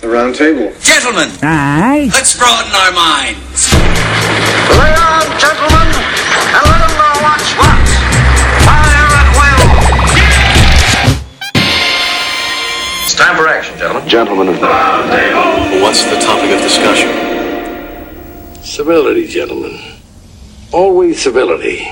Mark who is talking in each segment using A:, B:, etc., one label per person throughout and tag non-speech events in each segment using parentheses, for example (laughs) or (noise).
A: The round table.
B: Gentlemen,
C: Aye.
B: let's broaden our minds.
D: Lay on, gentlemen, and let 'em know what's what. Fire at will. It's time for action, gentlemen.
E: Gentlemen of the.
F: What's the topic of discussion?
E: Civility, gentlemen. Always civility.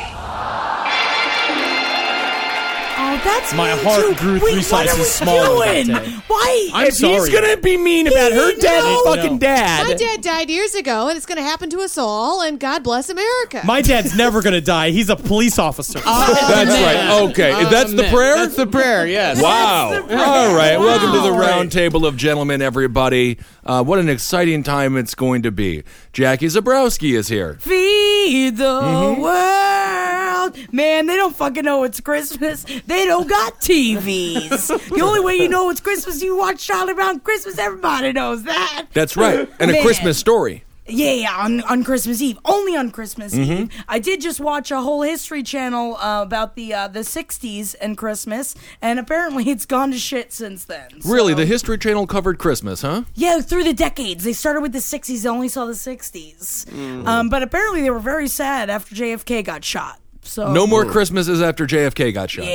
G: Oh, that's
H: My
G: mean,
H: heart
G: too.
H: grew
G: Wait,
H: three
G: what are
H: sizes
G: we
H: smaller that
G: Doing?
H: day.
G: Why?
H: I'm
G: If he's
H: sorry.
G: gonna-
I: be mean about her dead
G: No.
I: fucking dad.
G: My dad died years ago, and it's going to happen to us all. And God bless America.
H: My dad's never gonna die. He's a police officer.
J: That's
I: man.
J: right. Okay. That's the
I: Amen.
J: prayer?
I: That's the prayer.
J: (laughs)
I: Yes.
J: Wow. All right. Welcome to the
H: Wow.
J: round table of gentlemen, everybody. Uh, what an exciting time it's going to be. Jackie Zabrowski is here. Mm-hmm.
K: Feed the world. Man, they don't fucking know it's Christmas. They don't got TVs. the only way you know it's Christmas, you watch Charlie Brown Christmas. Everybody knows that. (laughs)
J: That's right. And a
K: Man.
J: Christmas story.
K: Yeah, yeah, on, on Christmas Eve. Only on Christmas
H: Mm-hmm.
K: Eve. I did just watch a whole History Channel uh, about the uh, the 60s and Christmas, and apparently it's gone to shit since then. So-
J: Really, the History Channel covered Christmas, huh?
K: yeah, through the decades. They started with the 60s, they only saw the 60s.
H: Mm.
K: Um, but apparently they were very sad after JFK got shot. So
J: No more Christmases after JFK got shot.
K: Oh.
H: Hmm.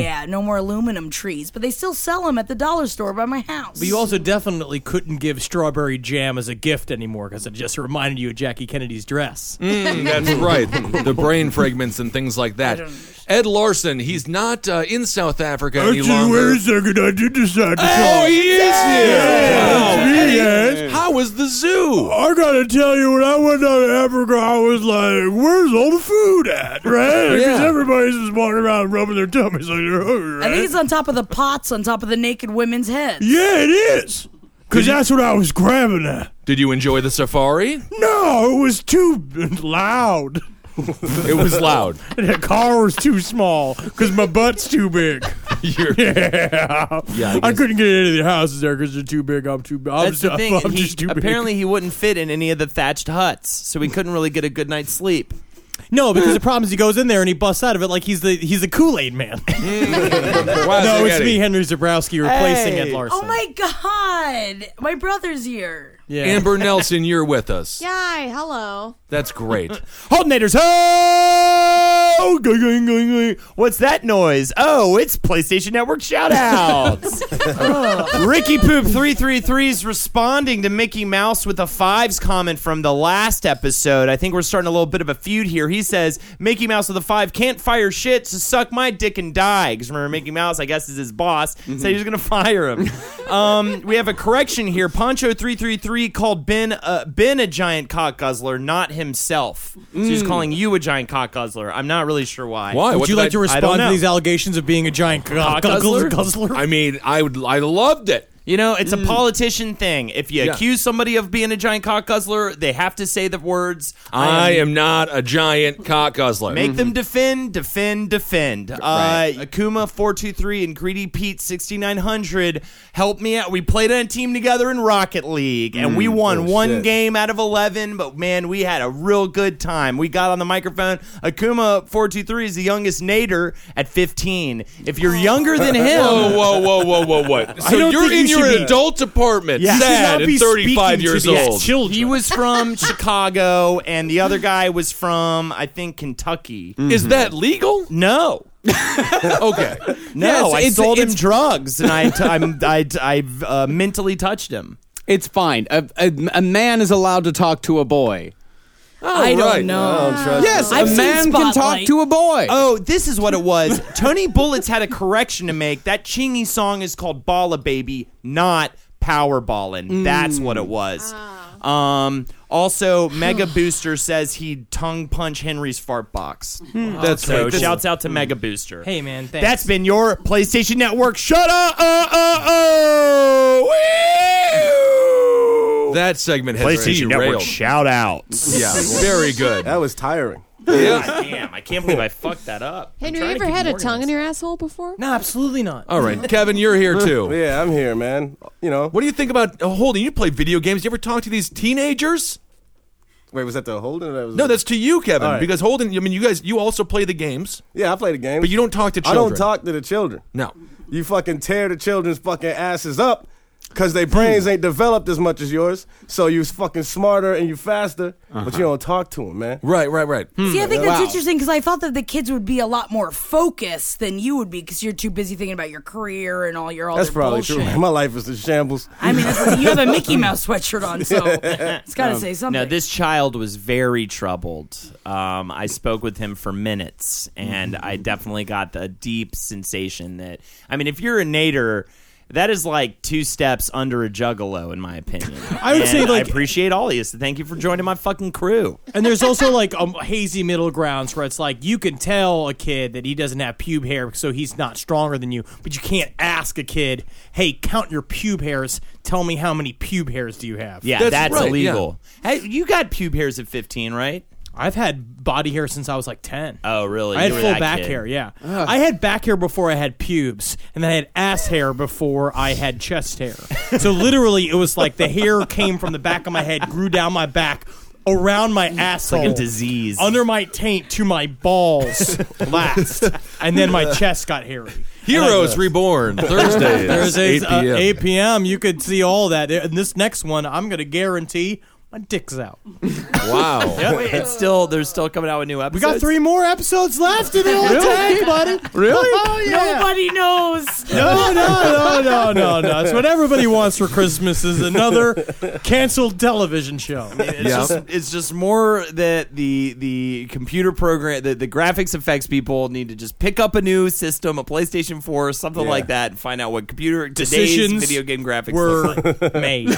K: Yeah, no more aluminum trees, but they still sell them at the dollar store by my house.
H: But you also definitely couldn't give strawberry jam as a gift anymore because it just reminded you of Jackie Kennedy's dress.
K: (laughs)
J: Mm, that's right. The brain fragments and things like that. Ed Larson, he's not uh, in South Africa any longer.
I: second. I did decide to
J: Oh, he is here!
I: Yeah.
J: Wow.
I: Yes.
J: Hey, How was the zoo?
I: I gotta tell you, when I went down to Africa, I was like, "Where's all the food (laughs) at?" Right? Because
J: Yeah.
I: everybody's just walking around rubbing their tummies like they're hungry.
K: I
I: right?
K: think it's on top of the pots on top of the naked women's heads.
I: yeah, it is. Because that's what I was grabbing at.
J: Did you enjoy the safari?
I: No, it was too loud.
J: It was loud.
I: The car was too small because my butt's too big.
J: (laughs) You're-
I: Yeah,
J: Yeah,
I: I,
J: I guess-
I: couldn't get into the houses there because they're too big. I'm too. I'm,
H: That's the
I: I'm-
H: thing,
I: I'm
H: he-
I: just too big. big.
H: apparently-
I: Apparently,
H: he
I: wouldn't.
H: wouldn't-
I: F-
H: fit in
I: any of the thatched huts, so
H: we couldn't
I: really get a good night's sleep.
H: No, because
I: (laughs)
H: the problem is he goes in there and he busts out of it like he's the he's the Kool Aid man.
J: Wow,
H: no, it's
J: spaghetti.
H: me, Henry Zabrowski, replacing Ed Larson.
K: Oh my god! My brother's here.
H: Yeah.
J: Amber Nelson, you're with us.
G: Guy, hello.
J: That's great.
I: Holdenators, (laughs) ho! Going, going, going, going. What's that noise? Oh, it's PlayStation Network
H: (laughs)
I: shoutouts.
H: Ricky Poop 333 is responding to Mickey Mouse with a fives comment from the last episode. I think we're starting a little bit of a feud here. He says, Mickey Mouse with a five can't fire shit, so suck my dick and die. Because remember, Mickey Mouse, I guess, is his boss, so he's going to fire him. um, we have a correction here. Poncho333 called Ben, uh, ben a giant cock guzzler, not himself. So he's calling you a giant cock guzzler. I'm not really sure why.
J: Why? Would What you did like I- to
H: respond to these allegations of being a giant cock
J: guzzler? I mean, I would, I loved it.
H: you know, it's a politician thing. If you
J: Mm. Yeah.
H: accuse somebody of being a giant cock guzzler, they have to say the words. um,
J: I am Mm-hmm. not a giant cock guzzler.
H: Make them defend, defend, defend. Uh, Akuma four two three and Greedy Pete sixty nine hundred. Help me out. We played on a team together in Rocket League, and
J: Mm,
H: we
J: oh,
H: won one game out of eleven. But man, we had a real good time. We got on the microphone. Akuma four two three is the youngest Nader at fifteen. If
J: Oh.
H: you're younger than
J: (laughs)
H: him,
J: Whoa, whoa, whoa, whoa,
H: (laughs)
J: whoa, what? So
H: don't
J: you're
H: think
J: in
H: you
J: your
H: should be-
J: adult department,
H: Yeah. You should
J: sad
H: not
J: and
H: be
J: 35
H: speaking
J: years
H: to these
J: old.
H: children. He was from (laughs) Chicago, and the other guy was from, I think, Kentucky.
J: Is that legal?
H: No.
J: Okay.
H: No, I sold him drugs, and I, t- (laughs) I'm, I, t- I uh, mentally touched him.
I: it's fine. A, a, a man is allowed to talk to a boy.
K: I don't
J: right.
K: know.
I: Yes,
K: I've
I: a
K: seen
I: man can talk
K: Spotlight.
I: to a boy.
H: Oh, this is what it (laughs) was. Tony Bullets had a correction to make. That Chingy song is called Balla Baby, not Power Ballin'. That's what it was. Um, (sighs) also, Mega Booster says he'd tongue punch Henry's fart box.
J: That's
H: So
J: right. This-
H: shouts out to Mega Booster. Hmm. Hey
I: man,
H: That's been your PlayStation Network. Shut up! Uh, uh, oh.
J: that segment has been derailed.
H: shout outs.
J: Yeah, very
H: (laughs)
J: good.
I: was tiring.
H: Damn, I can't believe I fucked that up.
G: Henry, you ever had a tongue in your asshole before?
I: No, absolutely not. (laughs)
J: All right, Kevin, you're here too.
I: Yeah, I'm here, man. You know.
J: What do you think about uh, Holden? You play video games. You ever talk to these teenagers?
I: Wait, was that the Holden? Or that was
J: No, that's to you, Kevin,
I: All right.
J: because Holden. I mean, you guys, you also play the games,
I: yeah. I play the game,
J: but you don't talk to
I: I don't
J: children.
I: talk to the children.
J: No.
I: You fucking tear the children's fucking asses up.
A: because their brains ain't developed as much as yours. So you fucking smarter and you faster, but you don't talk to them, man.
J: Right, right, right.
K: See, I think that's
A: Wow.
K: interesting because I thought that the kids would be a lot more focused than you would be because you're too busy thinking about your career and all your all
A: That's
K: their
A: probably
K: bullshit.
A: true. Man. My life is in shambles.
K: I mean, this is, you have a Mickey Mouse sweatshirt on, so it's got to say something.
H: (laughs) Now, this child was very troubled. Um, I spoke with him for minutes, and I definitely got the deep sensation that, I mean, if you're a nader, that is like two steps under a juggalo, in my opinion.
I: I would
H: And
I: say, like-
H: I appreciate all of you. So thank you for joining my fucking crew.
I: And there's also like a hazy middle grounds where it's like you can tell a kid that he doesn't have pube hair, so he's not stronger than you. But you can't ask a kid, "Hey, count your pube hairs. Tell me how many pube hairs do you have?"
H: Yeah, that's,
J: That's right,
H: illegal. Hey, you got pube hairs at 15, right?
I: I've had body hair since I was like ten.
H: Oh, really?
I: I had
H: You were
I: full
H: that
I: back
H: kid.
I: hair. Yeah, I had back hair before I had pubes, and then I had ass hair before I had chest hair. so literally, it was like the hair came from the back of my head, grew down my back. Around my asshole,
H: a disease.
I: under my taint to my balls last, and then my chest got hairy.
J: Heroes
I: (laughs)
J: Reborn Thursdays.
I: There's a
J: 8
I: uh,
J: p.m.
I: 8 p.m. You could see all that. And this next one, I'm gonna guarantee my dick's out.
J: Wow.
H: (laughs) It's still, they're still coming out with new
I: We
H: episodes.
I: got (laughs) three more episodes left in the old tank, buddy. Really? Oh yeah.
K: Nobody knows.
I: (laughs) No, no, no, no, no, no. That's what everybody wants for Christmas is another canceled television show.
H: It's
J: Yeah.
H: just it's just more that the the computer program the, the graphics effects people need to just pick up a new system, a PlayStation 4, something
A: Yeah.
H: like that, and find out what computer
I: Decisions
H: today's video game graphics
I: Were (laughs)
H: look like.
I: made.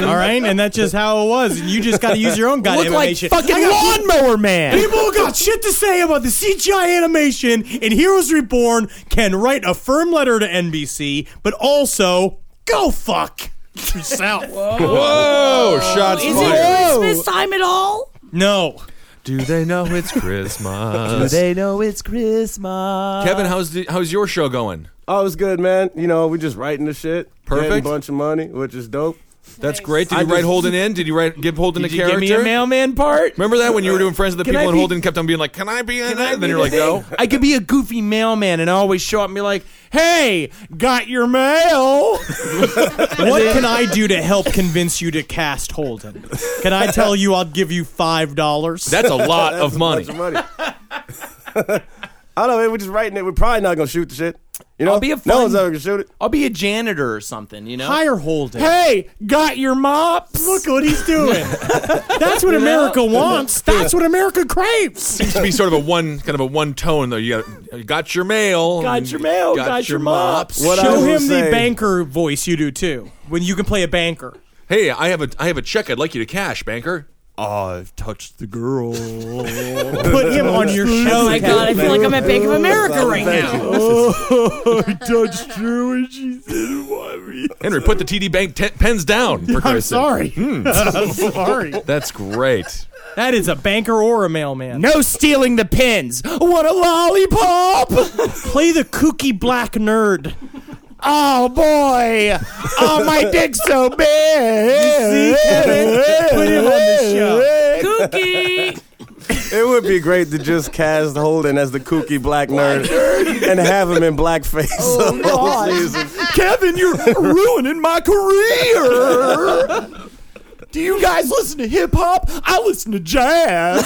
I: (laughs) All right, and that's just how it was. And you just got to use your own goddamn
H: Look like
I: animation.
H: fucking lawnmower man.
I: People got shit to say about the CGI animation in Heroes Reborn can write a firm letter to NBC, but also go fuck yourself.
J: Whoa! Shots
K: Is
J: fired.
K: it Christmas time at all?
I: no.
J: Do they know
I: (laughs)
J: it's Christmas?
H: They know it's Christmas.
J: Kevin, how's the, how's your show going?
A: Oh, it's good, man. You know, we just writing the shit. Getting
J: Perfect.
A: a bunch of money, which is dope.
J: That's great. Did
A: I
J: you write
A: just-
J: Holden in? Did you write give Holden
H: Did
J: a
H: you
J: character?
H: give me a mailman part?
J: Remember that when you were doing Friends of the
H: Can I
J: People and
H: be-
J: Holden kept on being like, "Can I be in
H: I
J: it?"
H: be
J: Then you're like,
H: the
J: "No."
H: (laughs) I could be a goofy mailman and always show up and be like, "Hey, got your mail?"
I: What can I do to help convince you to cast Holden? Can I tell you I'll give you five dollars?
J: That's a lot of money.
A: Bunch of money. I (laughs) don't know, man. We're just writing it. We're probably not gonna shoot the shit. You know,
H: I'll be a
A: no
H: fun-
A: one's ever gonna shoot it.
H: I'll be a janitor or something, you know.
I: Hire Holden.
H: Hey, got your mops?
I: Look what he's doing. That's what America wants. That's what America craves.
H: (laughs)
J: Seems to be sort of a one kind of a one tone though. You got, got your mail.
I: Got your mail,
J: Got,
I: got
J: your
I: your mop.
J: mops.
A: What I
I: Show
A: will
I: him the
A: say-
I: banker voice you do too. When you can play a banker.
J: Hey, I have a I have a check. I'd like you to cash, banker. I've touched the girl.
I: Put him on your show.
K: Oh my god, I feel like I'm at Bank of America right
A: Thank
K: now.
A: you.
I: I touched Drew and she said, "Why
J: Henry, put the TD Bank ten pens down. For
I: I'm
J: Christ's
I: sorry.
J: sake.
I: I'm sorry.
J: That's great.
I: That is a banker or a mailman.
H: No stealing the pins. What a lollipop!
I: (laughs) Play the kooky black nerd.
H: Oh boy! (laughs) Oh my dick's so big.
I: See, Kevin? Put him on the show.
K: Kooky.
A: It would be great to just cast Holden as the kooky black nerd (laughs) and have him in blackface.
C: Oh.
A: the whole season.
H: (laughs) Kevin, you're ruining my
I: (laughs)
H: career. Do you guys listen to hip hop? I listen to jazz.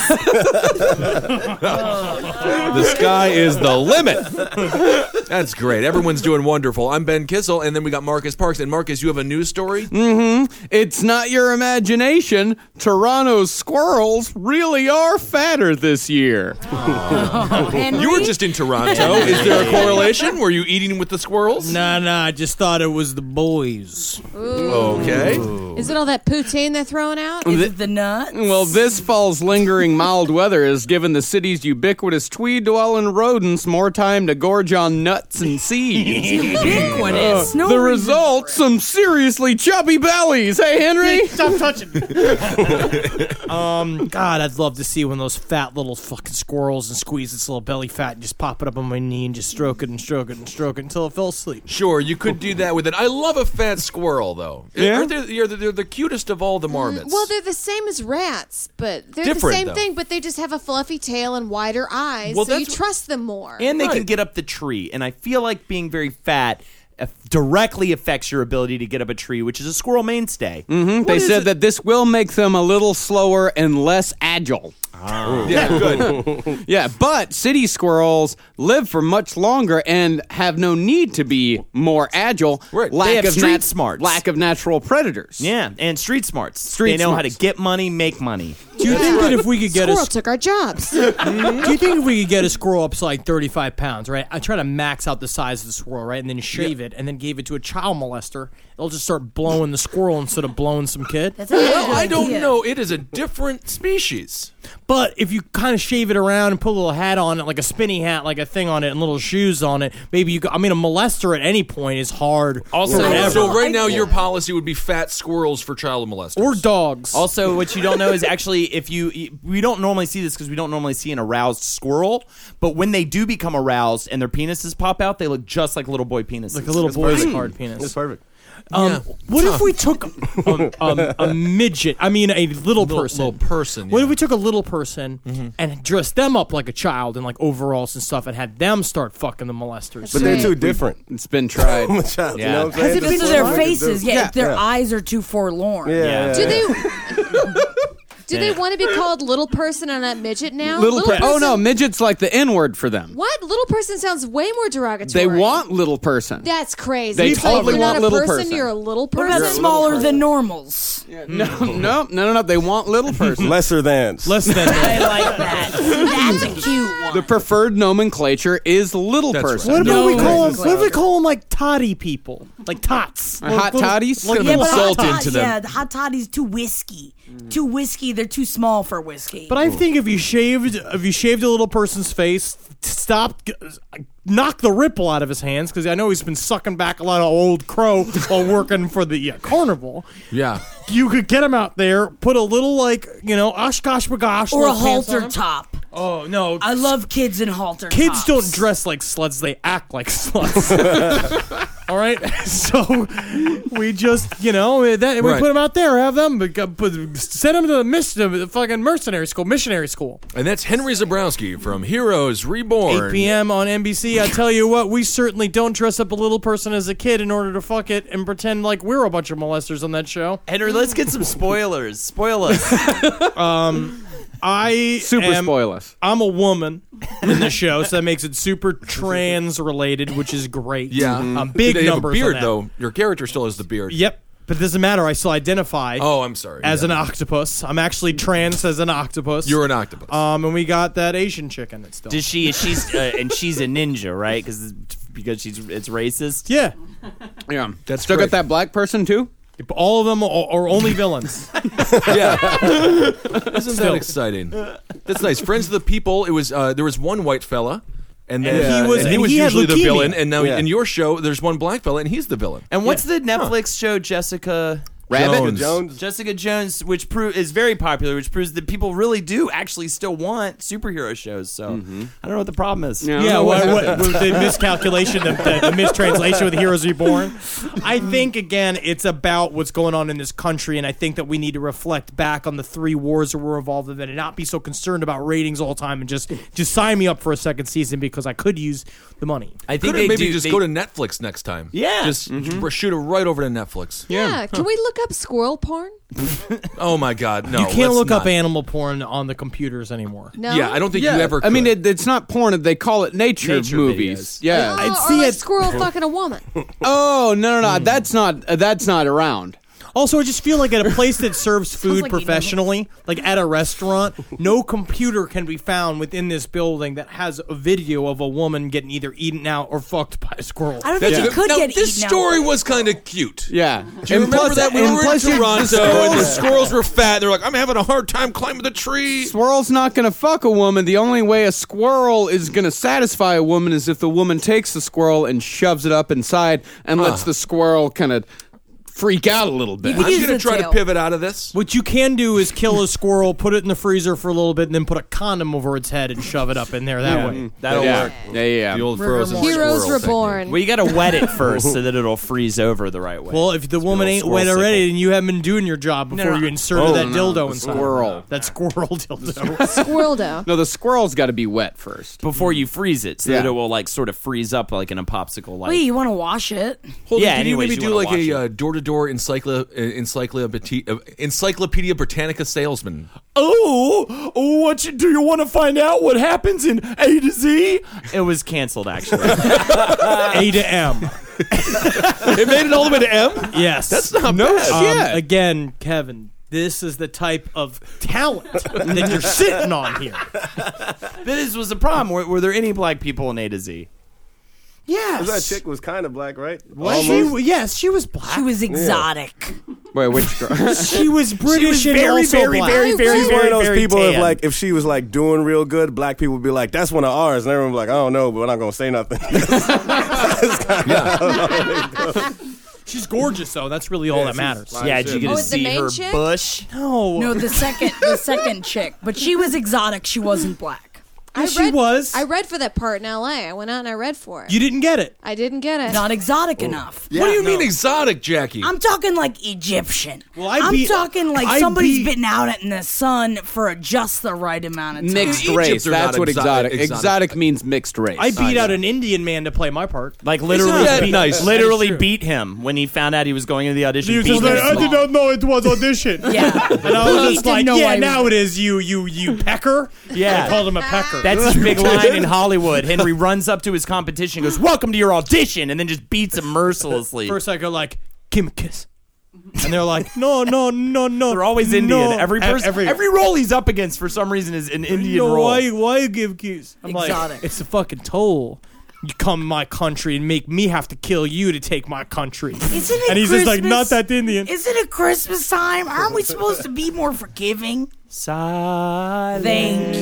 J: The sky is the limit. That's great. Everyone's doing wonderful. I'm Ben Kissel, and then we got Marcus Parks. And Marcus, you have a news story?
C: It's not your imagination. Toronto's squirrels really are fatter this year.
J: You were just in Toronto. Is there a correlation? Were you eating with the squirrels?
I: Nah, nah. I just thought it was the boys.
J: Okay.
G: Is it all that poutine they're throwing
K: (laughs)
G: out?
K: Is it the nut?
C: Well, this fall's lingering mild weather has given the city's ubiquitous tweed dwelling rodents more time to gorge on nuts and
H: (laughs)
C: seeds.
K: Ubiquitous. No
C: the
K: reason
C: result,
K: for it.
C: some seriously chubby bellies. Hey, Henry?
I: Stop touching. (laughs) um, God, I'd love to see one of those fat little fucking squirrels and squeeze its little belly fat and just pop it up on my knee and just stroke it and stroke it and stroke it until it fell asleep.
J: Sure, you could do that with it. I love a fat squirrel, though.
I: Yeah?
J: Aren't they, are they're the cutest of all the marmots.
G: Well, they're the same as rats, but they're
J: Different,
G: the same
J: though.
G: thing, but they just have a fluffy tail and wider eyes,
J: Well,
G: so you
J: that's-
G: trust them more.
H: And they can
J: Right.
H: get up the tree. And I feel like being very fat aff- directly affects your ability to get up a tree, which is a squirrel mainstay.
C: Mhm. They said that this will make them a little slower and less agile.
J: Ah.
C: (laughs)
J: Yeah, good.
C: Yeah, but city squirrels live for much longer and have no need to be more agile.
H: Right. They have
C: of
H: street
C: nat-
H: smarts.
C: Lack of natural predators.
H: Yeah, and street smarts.
C: Street
H: they know
C: smarts.
H: how to get money, make money.
I: Do you think that if we could get a
G: Squirrel took our jobs.
I: Do you think if we could get a squirrel up to like 35 pounds, right? I try to max out the size of the squirrel, right? And then shave it and then gave it to a child molester, it'll just start blowing the squirrel instead of blowing some kid.
K: That's a really
J: Well,
K: good
J: I don't
K: idea.
J: know. It is a different species.
I: But if you kind of shave it around and put a little hat on it, like a spinny hat, like a thing on it, and little shoes on it, maybe you could, I mean, a molester at any point is hard.
J: Also,
I: forever.
J: so right now
K: idea.
J: your policy would be fat squirrels for child molesters.
I: or dogs.
H: Also, what you don't know is actually if you we don't normally see this because we don't normally see an aroused squirrel, but when they do become aroused and their penises pop out, they look just like little boy penises.
I: like a little boy's hard penis.
A: It's (laughs) perfect.
I: Um, What if we took um, um, a midget? I mean, a little person.
J: little person,
I: What
J: yeah.
I: if we took a little person and dressed them up like a child in like overalls and stuff, and had them start fucking the molesters?
A: But they're too different.
C: Hmm. It's been
A: (laughs)
C: tried.
A: Child,
H: Yeah.
A: You know what I'm saying?
K: Because if
A: That's
K: it's
A: what
K: their
A: I could do.
K: faces, yeah, if their
A: Yeah.
K: eyes are too forlorn.
A: Yeah, yeah,
G: Do
A: yeah.
G: they? (laughs) Do they want to be called little person and not midget now?
C: little per- oh no,
G: person-
C: midget's like the N word for them.
G: What little person sounds way more
C: They
G: derogatory.
C: want little person.
G: That's crazy.
C: They
G: It's like
C: totally
G: you're not
C: want
G: a
C: little
G: person,
C: person.
G: You're a little
K: What
G: person.
K: about smaller than normals?
C: (laughs) No, no, no, no, no. They want
I: (laughs)
C: little person.
A: Lesser thans.
I: (laughs) Less
K: (laughs)
I: than that.
K: I like that. That's a cute one.
C: the preferred nomenclature is little
J: That's
C: person.
I: What about we
K: No,
I: call them?
K: it's
I: What if we call them like toddy people, like tots,
C: Or hot toddies?
I: Like,
C: Yeah,
I: little-
K: but
I: but,
J: salt
K: hot tot-
J: into them.
K: Yeah, the hot toddy's too whiskey. Too whiskey. They're too small for whiskey.
I: I think if you shaved, if you shaved a little person's face, stop, knock the ripple out of his hands because I know he's been sucking back a lot of old crow while working for the uh, carnival.
J: yeah.
I: you could get him out there, put a little like you know Oshkosh bagosh
K: or a
I: little pants
K: halter
I: on.
K: top.
I: Oh no,
K: I love kids in halter tops.
I: kids don't dress like sluts; they act like sluts. (laughs) All right, so we just you know eh, that we
J: Right.
I: put them out there, have them, but, but send them to the mission, the fucking mercenary school, missionary school.
J: And that's Henry Zabrowski from Heroes Reborn.
I: 8 p.m. on NBC. I tell you what, we certainly don't dress up a little person as a kid in order to fuck it and pretend like we're a bunch of molesters on that show.
H: Henry, let's get some spoilers. Spoil
I: (laughs)
H: us.
I: I
C: Super
I: am-
C: spoil us.
I: I'm a woman in the show, so that makes it super trans related, which is great.
J: Yeah. Mm-hmm.
I: um, big
J: they
I: numbers. on
J: have a beard
I: that.
J: though. Your character still has the beard.
I: Yep, but it doesn't matter. I still identify
J: Oh, I'm sorry.
I: as
J: Yeah.
I: an octopus. I'm actually trans as an octopus.
J: You're an octopus.
I: um, and we got that Asian chicken that's still.
H: Does she? She's uh, and she's a ninja, right? Because because she's it's racist.
I: yeah,
C: Yeah,
J: That's
C: still
J: great.
C: got that black person too.
I: all of them are, are only villains.
J: (laughs)
I: (laughs)
J: yeah. Isn't that exciting? That's nice. Friends of the People. It was uh, there was one white fella. And, then, uh,
I: he was-
J: and he
I: and
J: was
I: he had
J: usually the
I: leukemia.
J: villain, and now
A: Yeah.
J: in your show, there's one black fella, and he's the villain.
H: And what's the Netflix show Jessica?
C: Rabbit?
J: Jones.
A: Jones.
H: Jessica Jones, which pro- is very popular, which proves that people really do actually still want superhero shows. So
C: Mm-hmm.
H: I don't know what the problem is.
C: Yeah.
I: Yeah,
C: Oh,
I: what,
C: what
I: what, with the miscalculation, the, the, the mistranslation with Heroes Reborn. I
H: Mm-hmm.
I: think, again, it's about what's going on in this country, and I think that we need to reflect back on the three wars that we're involved in and not be so concerned about ratings all the time and just, just sign me up for a second season because I could use the money.
H: I think
J: Couldn't
H: they
J: maybe
H: do-
J: just
H: they-
J: go to Netflix next time.
H: Yeah.
J: just
I: Mm-hmm.
J: r- shoot it right over to Netflix.
G: Yeah, can we look up squirrel porn?
J: Oh my God, no!
I: You can't
J: let's
I: look up
J: not.
I: animal porn on the computers anymore.
G: No.
J: Yeah, I don't think you ever. Could.
C: I mean, it, it's not porn. They call it nature,
H: Nature
C: movies.
H: videos.
C: Yeah.
G: Oh,
I: I'd
G: or
I: see
G: like
I: it-
G: squirrel fucking a woman.
C: oh no, no, no.
H: Hmm.
C: That's not. Uh, that's not around.
I: Also, I just feel like at a
K: (laughs)
I: place that serves food
K: like he knows.
I: professionally, like at a restaurant, no computer can be found within this building that has a video of a woman getting either eaten out or fucked by a squirrel.
K: I don't think you
J: That's-
K: could
J: now,
K: get
J: this
K: eaten out.
J: story was kind of cute.
C: Yeah.
J: Do you
C: and
J: remember
C: plus,
J: that when
C: and
J: we were in
C: plus you-
J: Toronto and the
C: squirrels,
J: squirrels were fat? They're like, I'm having a hard time climbing the tree.
C: squirrel's not gonna fuck a woman. The only way a squirrel is gonna satisfy a woman is if the woman takes the squirrel and shoves it up inside and lets the squirrel kind of freak out a little bit.
J: I'm going to try to pivot out of this.
I: What you can do is kill a squirrel, put it in the freezer for a little bit, and then put a condom over its head and shove it up in there that
J: Yeah.
I: way.
J: That'll
C: yeah.
J: work.
C: Yeah, yeah.
J: The old
G: River
J: frozen
G: Morty. Heroes
J: squirrel technique.
G: reborn.
H: Well, you got to wet it first so that it'll freeze over the right way.
I: Well, if the woman ain't
H: squirrel
I: wet already, then you haven't been doing your job before
K: no.
I: you inserted
C: Oh,
I: that
C: no,
I: dildo
C: the
I: inside.
C: squirrel.
I: That squirrel (laughs) dildo.
G: Squirreldo.
C: No, the squirrel's got to be wet first.
H: before you freeze it, so that
C: Yeah.
H: it will like sort of freeze up like in a popsicle. Like,
K: Wait, you want to wash it?
J: Hold on,
H: Yeah,
J: Can you
H: anyways,
J: maybe
H: you
J: do
H: wanna
J: like
H: watch it.
J: a uh, door-to-door encyclo- uh, encyclopedi- uh, encyclopedia Britannica salesman?
H: oh, oh, what you, do you want to find out what happens in A to Z? It was canceled (laughs) actually.
I: A to
K: (laughs)
I: M.
J: it made it all the way to M.
I: Yes. That's
J: Not no bad.
I: Um, Again, Kevin, this is the type of talent that you're sitting on here.
H: this was a problem. Were, were there any black people in A to Z?
I: Yes.
A: That chick was kind of black, right?
I: Was she? Yes, she was black.
K: She was exotic.
C: Wait, which girl?
I: She was British and
H: very,
I: also
H: very,
I: black.
H: very, very,
A: She's one
H: very,
A: of those
H: very
A: people if
H: tan.
A: like if she was like doing real good, black people would be like, "That's one of ours," and everyone would be like, "I don't know, but I'm not gonna say nothing."
I: She's gorgeous, though. That's really all that matters.
H: yeah, did you get
G: Oh,
H: to
G: it's the
H: see
G: main
H: her
G: chick?
H: bush?
I: No,
K: No, the second the second chick, but she was exotic. She wasn't black.
G: I
I: she was.
G: I read for that part in L.A. I went out and I read for it.
I: you didn't get it.
G: I didn't get it.
K: Not exotic enough.
J: what do you mean exotic, Jackie?
K: I'm talking like Egyptian.
I: Well, I
K: am
I: beat-
K: talking like
I: I
K: somebody's
I: beat-
K: been out in the sun for just the right amount of time.
C: mixed
J: Egypt's
C: race.
J: are
C: That's
J: not
C: what
J: exotic-
C: exotic.
J: exotic.
C: Exotic, means mixed race.
I: I beat out an Indian man to play my part.
H: Like literally,
J: not that
H: beat,
J: nice.
H: literally
I: That is true.
H: beat him when he found out he audition. Beat him
K: just like,
H: to
K: "I did
H: small."
K: not
I: know it was audition.
K: (laughs) Yeah.
I: And I was just
K: didn't
I: like,
K: know I
I: yeah,
K: was-
I: now it is you, you, you pecker.
H: Yeah.
I: I called him a pecker. (laughs)
H: That's his big line in Hollywood. Henry runs up to his competition, goes, "Welcome to your audition," and then just beats him mercilessly.
I: First, I go like, "Give me a kiss," and they're like, "No, no, no, no." E-
H: They're always Indian. Every person, every,
I: every,
H: role he's up against for some reason is an Indian
I: no,
H: role.
I: Why, why you give kiss? I'm
K: Exotic.
I: like, it's a fucking toll. You come to my country and make me have to kill you to take my country.
K: Isn't it
I: and he's just like,
K: Christmas?
I: not that Indian.
K: Isn't it Christmas time? Aren't we supposed to be more forgiving?
H: Silent.
K: Thank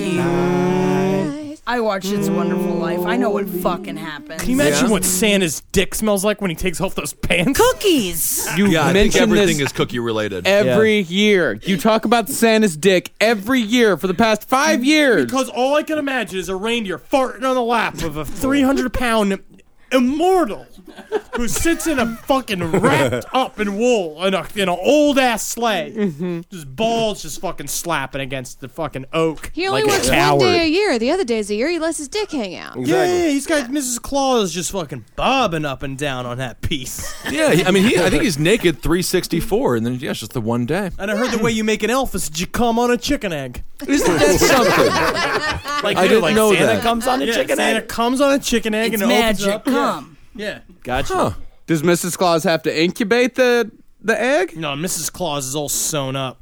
K: you. I watched It's a Wonderful Life. I know what fucking happens.
I: Can you imagine what Santa's dick smells like when he takes off those pants?
K: Cookies.
C: You
J: yeah, I think
C: mentioned
J: everything
C: this
J: is cookie related.
C: every year. You talk about Santa's dick every year for the past five years.
I: Because all I can imagine is a reindeer farting on the lap of a 300 pound immortal who sits in a fucking wrapped up in wool in a, in a old ass sleigh. Just balls just fucking slapping against the fucking oak.
G: he only
H: Like a
G: works one
H: coward.
G: day a year. The other days a year, he lets his dick hang out.
I: Yeah, he's got Mrs. Claus just fucking bobbing up and down on that piece.
J: yeah, he- I mean, he, I think he's naked 364, and then yeah, it's just the one day.
I: And I heard the way you make an elf is you come on a chicken egg.
J: Isn't that (laughs) something?
H: Like,
J: I
H: dude,
J: didn't
H: like
J: know
H: Santa
J: that.
H: comes on a
I: Yeah,
H: chicken
I: Santa
H: egg.
I: comes on a chicken egg
K: It's
I: and it opens
K: magic.
I: up. Yeah.
K: Come.
I: Yeah.
H: Gotcha.
C: (laughs) Does Mrs. Claus have to incubate the the egg?
I: No, Mrs. Claus is all sewn up.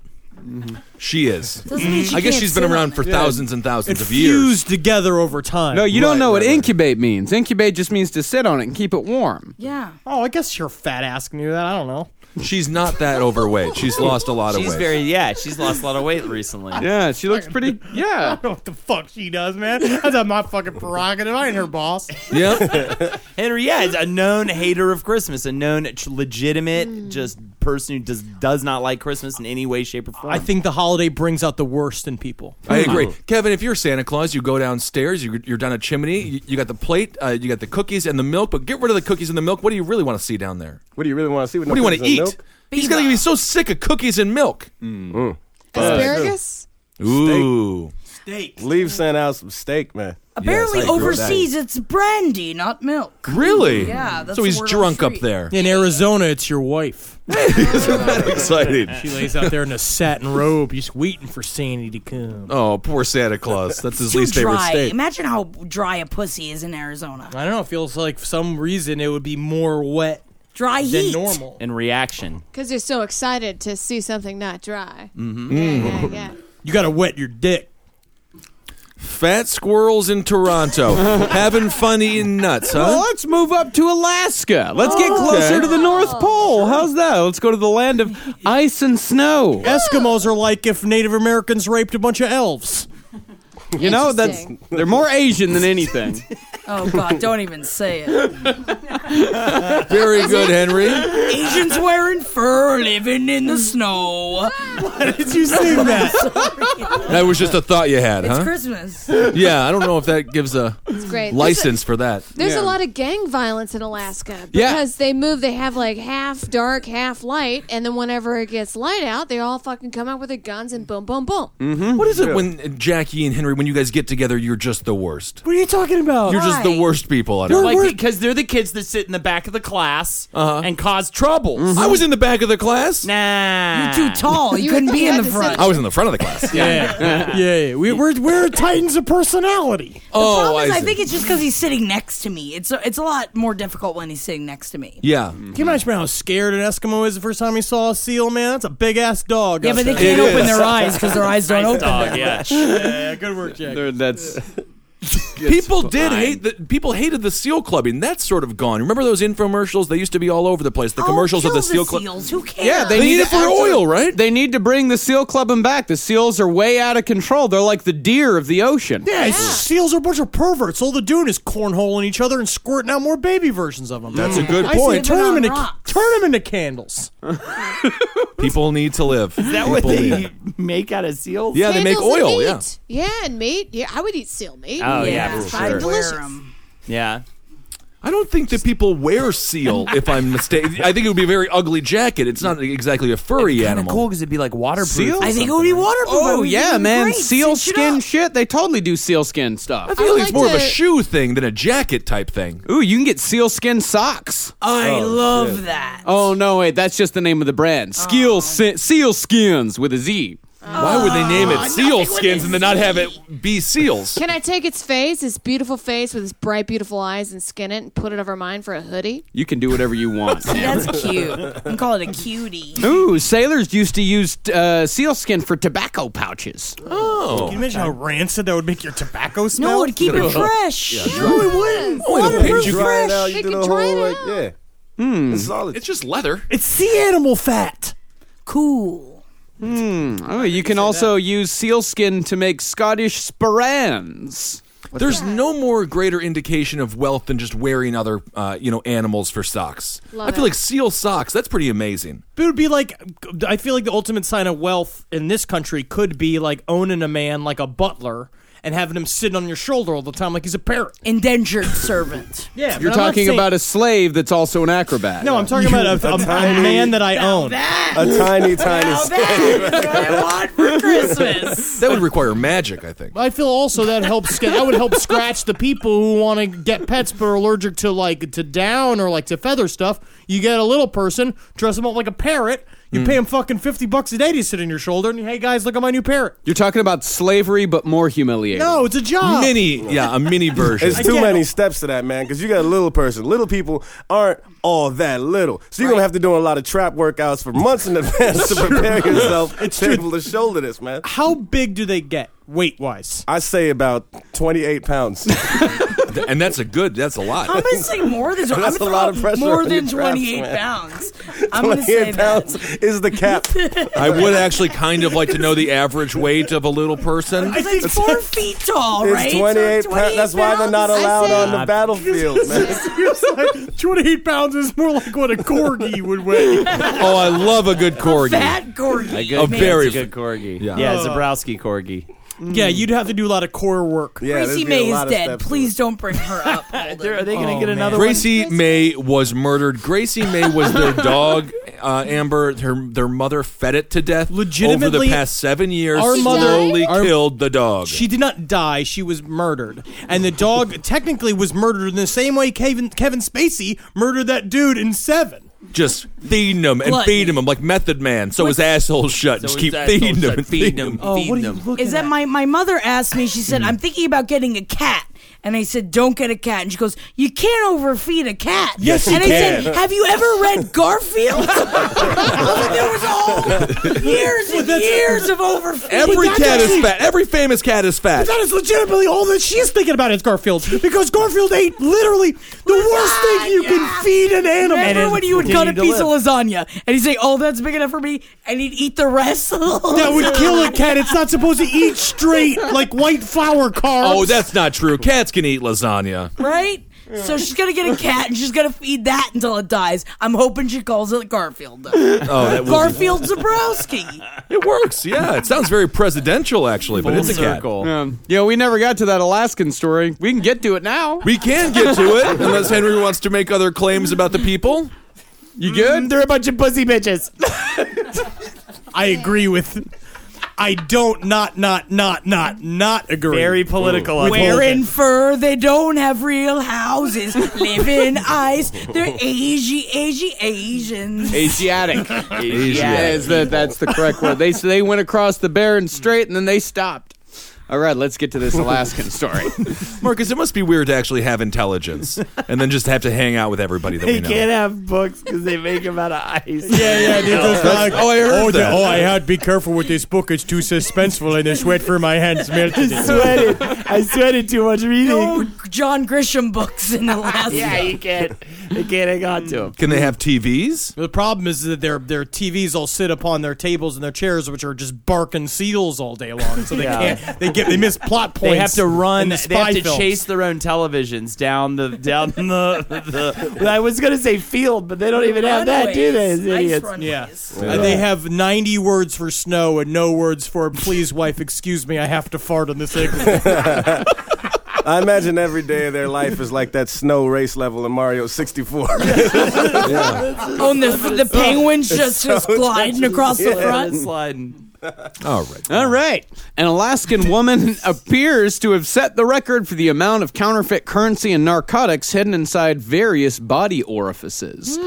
J: She
K: (laughs)
J: is.
K: Doesn't mean she
J: I guess
K: can't
J: she's been
K: sit
J: around
K: on
J: for
K: it.
J: thousands and
I: It
J: thousands of years.
I: fused together over time.
C: No, you
J: Right,
C: don't know what
J: right, right.
C: incubate means. Incubate just means to sit on it and keep it warm.
K: Yeah.
I: Oh, I guess your fat ass knew that. I don't know. (laughs)
J: She's not that overweight. She's lost a lot of
H: She's
J: weight.
H: very yeah. She's lost a lot of weight recently.
C: Yeah, she looks pretty. Yeah.
I: I don't know what the fuck she does, man. That's not my fucking prerogative. I ain't her boss.
J: yeah.
H: Henry, yeah, is a known hater of Christmas, a known tr- legitimate just person who does does not like Christmas in any way, shape, or form.
I: I think the holiday brings out the worst in people.
J: I agree. Kevin, if you're Santa Claus, you go downstairs, you, you're down a chimney, you, you got the plate, uh, you got the cookies and the milk, but get rid of the cookies and the milk. What do you really want to see down there?
A: What do you really want to see? With
J: What
A: no
J: do you want to
A: cookies
J: eat?
A: and milk?
J: He's going to be so sick of cookies and milk.
G: Asparagus.
J: Ooh.
A: Leave Santa out some steak, man.
K: Apparently,
J: agree with that.
K: overseas, it's brandy, not milk.
J: Really?
K: Yeah, that's
J: So
K: the
J: he's
K: word on
J: drunk
K: the
J: up
K: street.
J: there.
I: In Arizona, it's your wife.
J: Isn't that exciting?
I: She lays out there in a satin robe, just waiting for Sandy to come.
J: (laughs) Oh, poor Santa Claus. That's his
K: Too
J: least favorite
K: dry.
J: state.
K: Imagine how dry a pussy is in Arizona.
I: I don't know. It feels like for some reason it would be more wet
K: Dry
I: than
K: heat.
I: normal.
H: in reaction.
G: Because you're so excited to see something not dry. Mm-hmm. Yeah, yeah,
I: You got to wet your dick.
J: Fat squirrels in Toronto having fun eating nuts,
C: Well,
J: huh?
C: let's move up to Alaska. Let's get closer
J: Okay.
C: to the North Pole. How's that? Let's go to the land of ice and snow.
I: Eskimos are like if Native Americans raped a bunch of elves.
C: You know, that's they're more Asian than anything.
K: Oh God! Don't even say
I: (laughs)
K: it.
J: Very good, Henry.
K: Asians wearing fur, living in the snow. Why
I: did you (laughs) sing that?
J: That was just a thought you had,
K: It's
J: huh?
K: Christmas.
J: Yeah, I don't know if that gives a
G: great.
J: license for that.
G: There's
J: yeah.
G: a lot of gang violence in Alaska
J: Yeah.
G: because they move. They have like half dark, half light, and then whenever it gets light out, they all fucking come out with their guns and boom, boom, boom.
J: What is it when Jackie and Henry, when you guys get together, you're just the worst?
I: What are you talking about?
J: You're just the worst people on
I: You're
J: earth.
I: like because they're the kids that sit in the back of the class
J: Uh-huh.
I: and cause troubles.
J: I
C: Mm-hmm.
J: was in the back of the class.
I: Nah,
K: You're too tall. You,
G: You-
K: couldn't be
G: you
K: in
G: had
K: the
G: to sit-
K: front.
J: I was in the front of the class.
I: (laughs) Yeah,
C: yeah,
I: we, we're we're titans of personality.
J: Oh,
K: Problem is, I
J: see.
K: think it's just because he's sitting next to me. It's a, it's a lot more difficult when he's sitting next to me.
J: Yeah.
I: Can you imagine how scared an Eskimo is the first time he saw a seal, man? That's a big ass dog.
K: Yeah,
I: out
K: but they
I: there.
K: can't
J: It
K: open
J: is.
K: their eyes because their eyes don't open.
I: (laughs) dog.
K: (laughs)
I: Yeah. yeah, good work, Jack.
C: They're- that's
J: People did hate the people hated the seal clubbing. That's sort of gone. Remember those infomercials? They used to be all over the place. The
K: Oh,
J: commercials of
K: kill
J: the seal
K: the
J: club.
K: seals. Who cares?
C: yeah. They
J: They need
C: to
J: it for
C: actually-
J: oil, right?
C: They need to bring the seal clubbing back. The seals are way out of control. They're like the deer of the ocean.
I: Yeah, seals are a bunch of perverts. All they're doing is cornholing each other and squirting out more baby versions of Mm. them. That's
J: a good
K: point.
I: turn them
K: Living
I: into
K: on rocks.
I: turn them into candles.
J: People need to live.
I: That what they make out of seals?
J: yeah, they make
G: Candles and
J: oil. Yeah.
G: meat. Yeah, and meat. Yeah, I would eat seal meat.
I: Oh, yeah, for
K: I'd
I: sure.
K: wear
G: Delicious.
K: 'em.
I: yeah.
J: I don't think that people wear seal. If I'm mistaken, I think it would be a very ugly jacket. It's not exactly a furry animal.
I: Cool because it'd be like waterproof.
J: Seals?
K: I think it would be waterproof. I
C: Oh
K: would
C: yeah,
K: be
C: man!
K: great.
C: Seal
K: Cinch it
C: skin
K: up.
C: shit. They totally do seal skin stuff.
J: I feel
G: would
J: like it's
G: like
J: more of a
G: to-
J: shoe thing than a jacket type thing.
C: Ooh, you can get seal skin socks.
K: I love that.
C: Oh no, wait, that's just the name of the brand.
I: Oh.
C: Seal si- seal skins with a Z.
J: Why would they name it seal skins and then not have it be seals?
G: Can I take its face, its beautiful face with its bright, beautiful eyes, and skin it and put it over mine for a hoodie?
C: You can do whatever you
I: (laughs)
C: want.
K: That's cute. I can call it a cutie.
C: Ooh, sailors used to use uh, seal skin for tobacco pouches.
I: Can you imagine how rancid that would make your tobacco smell?
K: No, it'd keep it fresh.
G: it wouldn't.
J: Oh, it'll paint you-
A: Dry it out. You
G: They
A: do
G: can
A: the
G: dry it
A: whole like
G: out.
A: yeah. It's solid.
J: It's just leather.
I: it's sea animal fat.
K: Cool.
C: Oh, you can also use seal skin to make Scottish sporrans.
J: There's no more greater indication of wealth than just wearing other, uh, you know, animals for socks.
G: Love
J: I feel
G: it.
J: like seal socks. That's pretty amazing.
I: But it would be like, I feel like the ultimate sign of wealth in this country could be like owning a man like a butler and having him sitting on your shoulder all the time like he's a parrot.
K: Indentured servant.
I: Yeah,
C: You're talking about a slave that's also an acrobat.
I: No, I'm talking about (laughs) a, a, a man that I own.
A: A tiny, tiny.
K: Now that's what I want for Christmas.
J: That would require magic, I think.
I: I feel also that helps. sca- That would help scratch the people who want to get pets but are allergic to like to down or like to feather stuff. You get a little person, dress them up like a parrot. You
C: Hmm.
I: pay him fucking fifty bucks a day to sit on your shoulder, and hey guys, look at my new parrot.
C: You're talking about slavery, but more humiliating.
I: No, it's a job.
J: Mini, yeah, a mini version.
A: It's too
I: Again-
A: many steps to that, man, because you got a little person. Little people aren't all that little. So you're going to have to do a lot of trap workouts for months in advance to prepare yourself to be able to shoulder this, man.
I: How big do they get weight wise?
A: I say about 28 pounds.
J: and that's a good, that's a
K: I'm
J: lot.
K: gonna say more than I'm
A: That's a
K: gonna
A: lot of
K: throw
A: pressure
K: more
A: on your
K: than
A: traps,
K: 28
A: man.
K: pounds. I'm gonna say
A: 28 pounds
K: that.
A: is the cap.
J: I would actually kind of like to know the average weight of a little person.
K: It's
A: (laughs)
K: like four feet tall, right?
A: It's 28
K: so
A: pounds. That's why they're not
K: pounds.
A: allowed
G: say-
A: on the
I: Uh,
A: battlefield, man.
I: Twenty-eight pounds is more like what a corgi would weigh.
J: Oh, I love a good corgi.
K: Fat Gordy.
A: Oh,
J: A very
L: good corgi.
J: Yeah.
I: Oh.
L: yeah Zabrowski corgi.
K: Mm.
I: yeah, you'd have to do a lot of core work.
A: Yeah,
K: Gracie
A: there'd be a
K: May
A: lot
K: is
A: of
K: dead.
A: steps to
K: Please don't bring her up. Holden.
L: Are they going to
I: Oh,
L: get
I: man.
L: another
J: Gracie May was murdered. Gracie May was their dog. Uh, Amber, her their mother fed it to death. over
I: Legitimately,
J: the past seven years,
I: our
G: mother-
J: slowly
I: our-
J: killed the dog.
I: She did not die. She was murdered, and the dog (laughs) technically was murdered in the same way Kevin Kevin Spacey murdered that dude in Seven.
J: just feeding him and
K: Gluttony.
J: feeding him. I'm like Method Man. So his asshole shut. just keep feeding him, and feeding him.
I: Oh, what are you looking
K: Is that my my mother asked me? She said, "I'm thinking about getting a cat." And I said, "Don't get a cat." And she goes, "You can't overfeed a cat."
M: Yes, you
K: and I
M: can.
K: said, "Have you ever read Garfield?" (laughs) years and years of overfeeding.
J: Every
K: But
J: cat
K: that's-
J: is fat. Every famous cat is
I: But
J: fat.
I: that is legitimately all that she's thinking about is Garfield
K: (laughs)
I: because Garfield ate literally the worst thing you can feed an animal.
K: Remember when you would cut a piece of lasagna and he'd say, "Oh, that's big enough for me," and he'd eat the rest.
I: That would kill a cat. It's not supposed to eat straight like white flour carbs.
J: Oh, that's not true. Cats can eat lasagna.
K: right? So she's gonna get a cat and she's gonna feed that until it dies. I'm hoping she calls it Garfield. Though.
J: Oh,
K: (laughs)
J: that would be-
K: Garfield Zabrowski.
J: It works. Yeah, it sounds very presidential actually, but it's a cat.
H: Yeah. yeah, we never got to that Alaskan story. We can get to it now.
J: We can get to it unless Henry wants to make other claims about the people.
H: You good?
I: They're a bunch of pussy bitches. I agree with. I don't not not not not not agree. Very
N: political, I
K: We're in fur. They don't have real houses. Live in ice. They're Asian, Asian, Asians.
H: Asiatic. Yeah, is that- that's the correct word. They they went across the Bering Strait and then they stopped. All right, let's get to this Alaskan story.
J: Marcus, it must be weird to actually have intelligence and then just have to hang out with everybody that we
I: They
J: know.
I: can't have books because they make them out of
J: (laughs)
I: ice. Yeah, yeah. They just like,
J: That's- oh, I heard
O: oh, the-
J: that.
O: oh, I had be careful with this book. It's too suspenseful, and the sweat from my hands
I: (laughs)
O: melted.
I: I sweated. I sweated too much reading.
K: No John Grisham books in Alaska.
I: Yeah, you can't. You can't hang on to them.
J: Can they have TVs?
I: The problem is that their their TVs all sit upon their tables and their chairs, which are just barking seals all day long. So they
N: Yeah.
I: can't. They get they miss plot points.
N: They have to
I: in
N: run.
I: The
N: they
I: spy
N: have to
I: films.
N: chase their own televisions down the
H: (laughs)
N: down the. the
I: I was gonna say field, but they don't even have that, do they?
N: Runways.
I: As
N: Ice
I: idiots. Yeah. Uh, they have 90 words for snow and no words for please, wife, excuse me, I have to fart on this
N: (laughs)
I: egg.
A: I imagine every day of their life is like that snow race level in Mario 64. (laughs)
K: On Oh, the the penguins just just gliding across the
A: Yeah,
K: front.
N: sliding.
J: All right.
H: All right. An Alaskan woman (laughs) appears to have set the record for the amount of counterfeit currency and narcotics hidden inside various body orifices.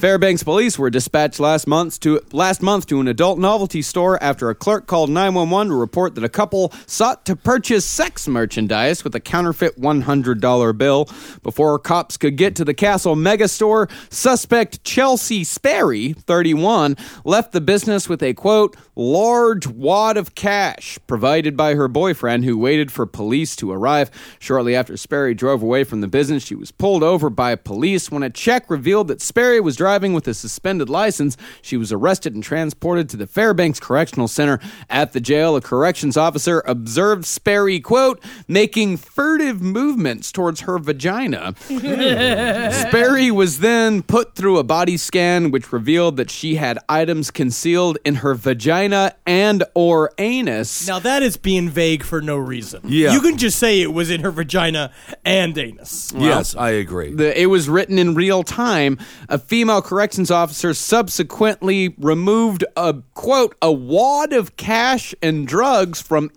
H: Fairbanks police were dispatched last month to last month to an adult novelty store after a clerk called 911 to report that a couple sought to purchase sex merchandise with a counterfeit $100 bill. Before cops could get to the Castle Mega Store, suspect Chelsea Sperry, 31, left the business with a quote large wad of cash provided by her boyfriend who waited for police to arrive. Shortly after Sperry drove away from the business, she was pulled over by police when a check revealed that Sperry was driving with a suspended license. She was arrested and transported to the Fairbanks Correctional Center. At the jail, a corrections officer observed Sperry, quote, making furtive movements towards her vagina. Sperry was then put through a body scan, which revealed that she had items concealed in her vagina and or anus.
I: now, that is being vague for no reason.
H: Yeah.
I: You can just say it was in her vagina and anus.
J: yes, I agree.
H: The, it was written in real time. A female corrections officer subsequently removed a quote a wad of cash and drugs from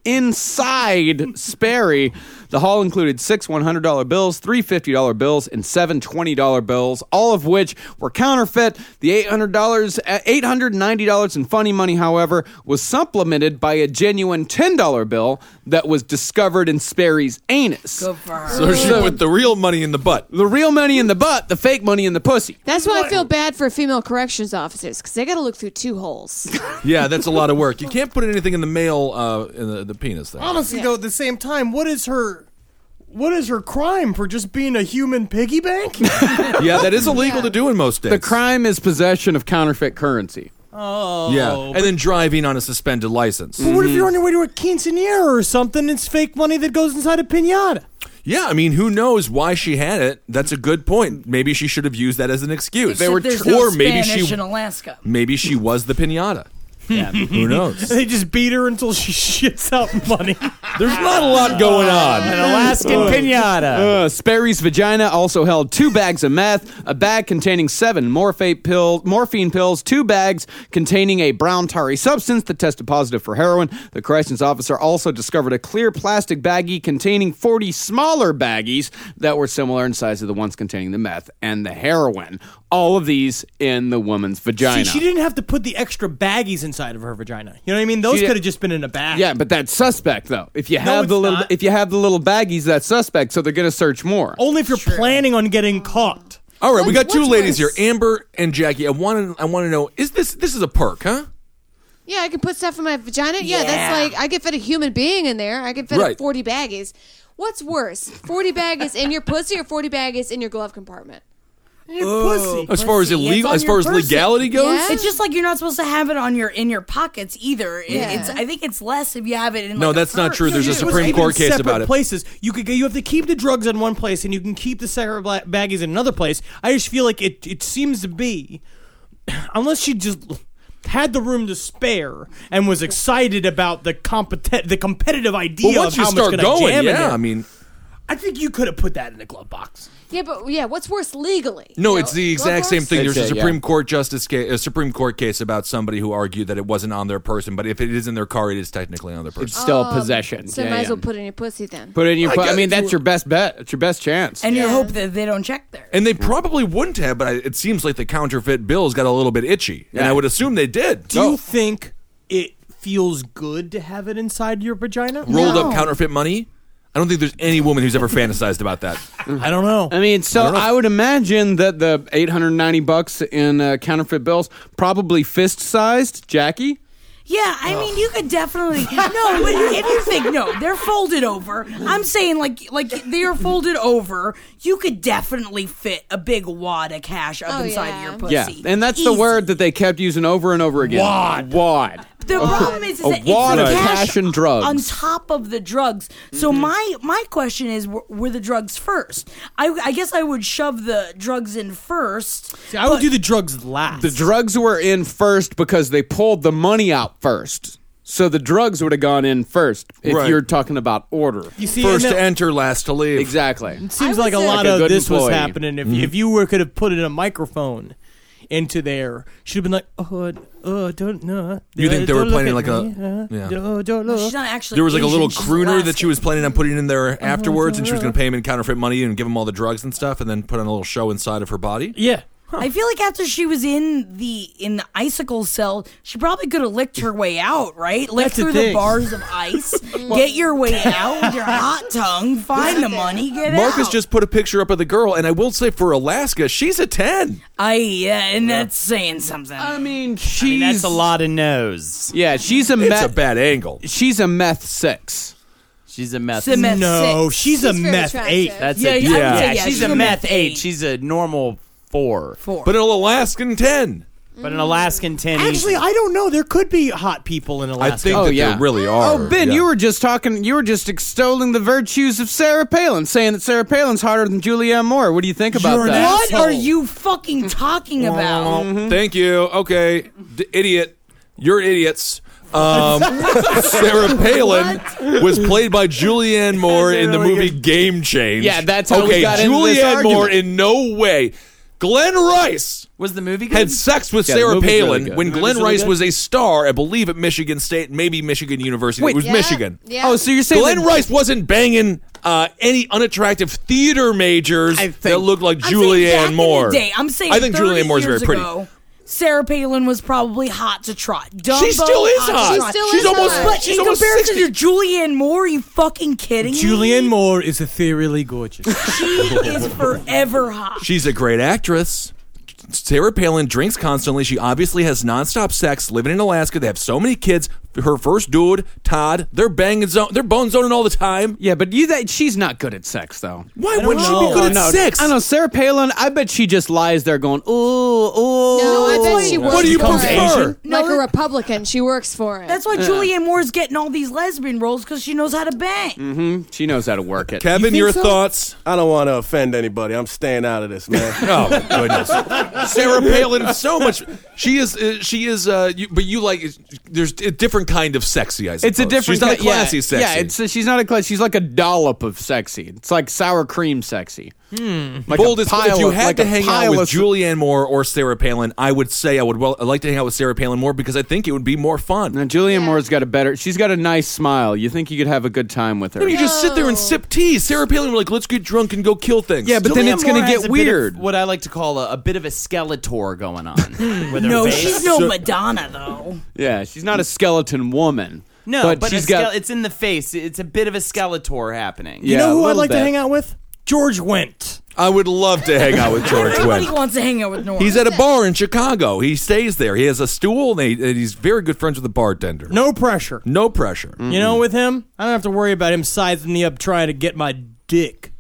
H: inside Sperry. The haul included six one hundred dollar bills, three fifty dollar bills, and seven twenty dollar bills, all of which were counterfeit. The eight hundred dollars, uh, eight hundred ninety dollars in funny money, however, was supplemented by a genuine ten dollar bill that was discovered in Sperry's anus.
J: So she put the real money in the butt.
H: The real money in the butt, the fake money in the pussy.
G: That's why I feel bad for female corrections officers because they got to look through two holes.
J: Yeah, that's a lot of work. You can't put anything in the male uh, in the, the penis thing.
I: Honestly, though, at the same time, what is her. What is her crime for just being a human piggy
H: (laughs)
I: bank? Oh.
J: Yeah, that is illegal to do in most states.
H: The crime is possession of counterfeit currency.
I: oh.
J: yeah, and then driving on a suspended license.
I: But what if you're on your way to a quinceanera or something? It's fake money that goes inside a pinata.
J: Yeah, I mean, who knows why she had it? That's a good point. Maybe she should have used that as an excuse.
K: Except there's no
J: or maybe
K: Spanish
J: she
K: in Alaska.
J: maybe she was the pinata. (laughs)
H: (laughs)
J: who knows?
I: They just beat her until she (laughs) shits out money. Oh.
J: There's not a lot going on.
N: An
I: (laughs)
N: Alaskan pinata.
H: (laughs) Uh, Sperry's vagina also held two bags of meth, a bag containing seven morphate pill, morphine pills, two bags containing a brown tarry substance that tested positive for heroin. The corrections officer also discovered a clear plastic baggie containing 40 smaller baggies that were similar in size to the ones containing the meth and the heroin. All of these in the woman's vagina.
I: She, she didn't have to put the extra baggies in inside of her vagina. You know what I mean? Those
H: See,
I: could have just been in a bag.
H: Yeah, but that's suspect though. If you
I: No,
H: have the
I: it's
H: little,
I: not.
H: if you have the little baggies, that's suspect. So they're gonna search
G: Oh,
H: more.
I: Only if you're planning on getting caught.
J: All right, we got two ladies here, Amber and Jackie. I want to I want to know is this this is a perk, huh?
G: Yeah, I can put stuff in my vagina. Yeah,
J: Yeah.
G: that's like I could fit a human being in there. I could fit
J: Right.
G: a 40 baggies. What's worse, 40 baggies in your pussy or 40 baggies in your glove compartment?
K: pussy.
J: As far as
K: Pussy, it's
J: illegal-
K: on
J: as
K: your
J: far as
K: person.
J: legality goes? Yeah.
K: it's just like you're not supposed to have it on your in your pockets either. It-
J: Yeah.
K: It's I think it's less if you have it in.
J: No,
K: like,
J: that's not
K: purse.
J: true. There's a
I: It was
J: Supreme
I: even
J: Court case
I: separate
J: about it.
I: Places you could you have to keep the drugs in one place and you can keep the separate bla- baggies in another place. I just feel like it it seems to be (clears throat) unless she just had the room to spare and was excited about the compet- the competitive idea
J: Well,
I: of
J: once you
I: how
J: start
I: much could I
J: going,
I: jam in
J: yeah,
I: there.
J: I mean,
I: I think you could have put that in the glove box.
G: Yeah, but yeah, what's worse legally?
J: no, it's the exact same thing.
H: That's
J: There's a
H: it, yeah.
J: Supreme Court justice case, a Supreme Court case about somebody who argued that it wasn't on their person, but if it is in their car, it is technically on their person.
H: It's still possession.
G: So might as well put it in your pussy then.
H: Put it in your.
J: I
H: I,
J: guess-
H: mean, that's your best bet. It's your best chance.
K: And you hope that they don't check there.
J: And they probably wouldn't have, but I, it seems like the counterfeit bills got a little bit itchy, and I would assume they did.
I: Do
J: No.
I: you think it feels good to have it inside your vagina?
J: rolled up counterfeit money? I don't think there's any woman who's ever fantasized about that.
I: I don't know.
H: I mean, so
J: I
H: I,
J: don't know.
H: would imagine that the 890 bucks in uh, counterfeit bills probably fist sized, Jackie.
K: Yeah, I mean, you could definitely no. But if you think no, they're folded over. I'm saying like like they are folded over. You could definitely fit a big wad of cash up
G: Oh,
K: inside
G: yeah.
K: your pussy.
H: Yeah, and that's the word that they kept using over and over again.
K: Wad.
H: wad.
K: The problem is, is
H: A
K: that
H: wad
K: it's
H: of
K: the
H: cash and drugs.
K: on top of the drugs. So my my question is, were, were the drugs first? I, I guess I would shove the drugs in first.
I: See, I would do the drugs last.
H: The drugs were in first because they pulled the money out first. So the drugs would have gone in first if
J: Right.
H: you're talking about order.
I: You see,
J: First
I: and
J: to
I: that-
J: enter, last to leave.
H: Exactly.
I: It seems like a lot of this was happening. If, if you were could have put in a microphone into there, should have been like, oh, uh, don't know.
J: Mm-hmm. You think they were playing like a- yeah.
K: She's not actually.
J: There was like a
K: Asian,
J: little
K: she's
J: crooner that she
K: Alaskan.
J: was planning on putting in there afterwards, and she was going to pay him in counterfeit money and give him all the drugs and stuff, and then put on a little show inside of her body.
I: Yeah.
K: I feel like after she was in the in the icicle cell, she probably could have licked her way out, right? Lick
I: That's the
K: through the,
I: thing.
K: bars of
I: (laughs)
K: ice, get your way out with your hot tongue, find the money, get
J: Marcus
K: out.
J: just put a picture up of the girl, and I will say for Alaska, she's a 10.
K: I yeah, and that's saying something. I
H: mean, she's
I: that's a lot of nose.
H: Yeah, she's a
J: It's
H: meth.
J: a bad angle.
H: She's a meth six.
P: She's a meth.
K: She's a meth
I: no,
K: six.
I: she's, a
K: She's very
I: meth
K: attractive.
I: eight.
P: That's
K: Yeah,
P: a,
K: yeah, I would say yeah,
P: she's,
K: she's
P: a, meth eight.
K: eight.
P: She's a normal four.
K: Four.
J: But an Alaskan 10.
I: But an Alaskan ten. Actually, I don't know. There could be hot people in Alaska.
J: think that there really are.
H: Oh, Ben,
J: Yeah.
H: you were just talking. You were just extolling the virtues of Sarah Palin, saying that Sarah Palin's harder than Julianne Moore. What do you think about
I: You're an
H: that?
K: What are you fucking talking about?
I: (laughs)
J: Thank you. Okay, D- idiot. You're idiots.
H: (laughs)
J: Um, Sarah Palin was played by Julianne Moore in the movie Game Change.
H: Yeah, that's how we
J: okay,
H: got into
J: Julianne
H: this argument.
J: Moore in no way. Glenn Rice
P: Was the movie good?
J: had sex with
H: Yeah, the
J: Sarah
H: movie's really
J: Palin
H: good.
J: when
H: The movie's
J: Glenn
H: really
J: Rice
H: good.
J: was a star, I believe, at Michigan State, maybe Michigan University.
H: Wait,
J: it was
H: yeah,
J: Michigan.
G: Yeah.
H: Oh, so you're saying
J: Glenn
H: that-
J: Rice wasn't banging uh, any unattractive theater majors
H: I think-
J: that looked like
K: I'm saying back in
J: Julianne
K: the
J: Moore.
K: day. I'm saying
J: I think
K: 30
J: Julianne Moore's
K: years
J: very pretty.
K: ago, Sarah Palin was probably hot to trot. Dumbo,
J: She still is hot.
K: to
J: She
K: trot.
J: still She's is almost- hot.
K: But
J: she's
K: in
J: almost
K: comparison
J: 60.
K: to Julianne Moore, are you fucking kidding
I: Julianne
K: me?
I: Moore is ethereally gorgeous.
K: She
J: (laughs)
K: is forever hot.
J: She's a great actress. Sarah Palin drinks constantly. She obviously has nonstop sex. Living in Alaska, they have so many kids. Her first dude, Todd, they're banging, zone, they're bone zoning all the time.
H: Yeah, but you that she's not good at sex though.
J: Why
I: don't
J: wouldn't she be
I: know.
J: good
I: I
J: at
H: No,
J: sex?
H: I know Sarah Palin. I bet she just lies there going, "Ooh, ooh."
G: No, I bet she works
J: What do you
G: for
J: prefer?
G: it.
J: Asian?
G: Like a Republican, she works for it.
K: That's why Julianne Moore's getting all these lesbian roles because she knows how to bang.
J: Mm.
H: hmm She knows how to work it.
J: Kevin,
H: (laughs)
J: your thoughts?
A: I don't want to offend anybody. I'm staying out of this, man.
J: Oh my goodness,
H: (laughs)
J: Sarah Palin is so much. She is. Uh, she is. Uh, you, but you like. There's a different kind of sexy. I suppose.
H: It's a different.
J: Oh, She's not a
H: ki- yeah,
J: classy sexy.
H: Yeah, it's she's not a classy. She's like a dollop of sexy. It's like sour cream sexy.
B: Like
J: Hmm. Bold
B: a
J: as-
B: pile
J: if you
B: of-
J: had
B: like
J: to
B: a
J: hang out
B: pile
J: with
B: of-
J: Julianne Moore or Sarah Palin, I would say I would well. I'd like to hang out with Sarah Palin more because I think it would be more fun.
B: Now, Julianne Moore's got a better. She's got a nice smile. You think you could have a good time with her?
J: Then you just sit there and sip tea. Sarah Palin were like, "Let's get drunk and go kill things."
B: Yeah, but then it's going to get weird.
H: what I like to call a, a bit of a skeletor going on. (laughs) with her
K: No,
H: face.
K: she's no Madonna though.
B: yeah, she's not a skeleton woman.
H: No,
B: but,
H: but,
B: she's
H: a
B: got.
H: skele- it's in the face. It's a bit of a skeletor happening.
B: You know Yeah, a who I'd little like to bit. hang
H: out with?
I: George Wendt.
J: I would love to hang out with George
K: Everybody
J: Wendt.
K: wants to hang out with Norm.
J: He's at a bar in Chicago. He stays there. He has a stool, and, he, and he's very good friends with the bartender.
I: No pressure.
J: No pressure.
I: You know, with him, I don't have to worry about him sizing me up trying to get my dick.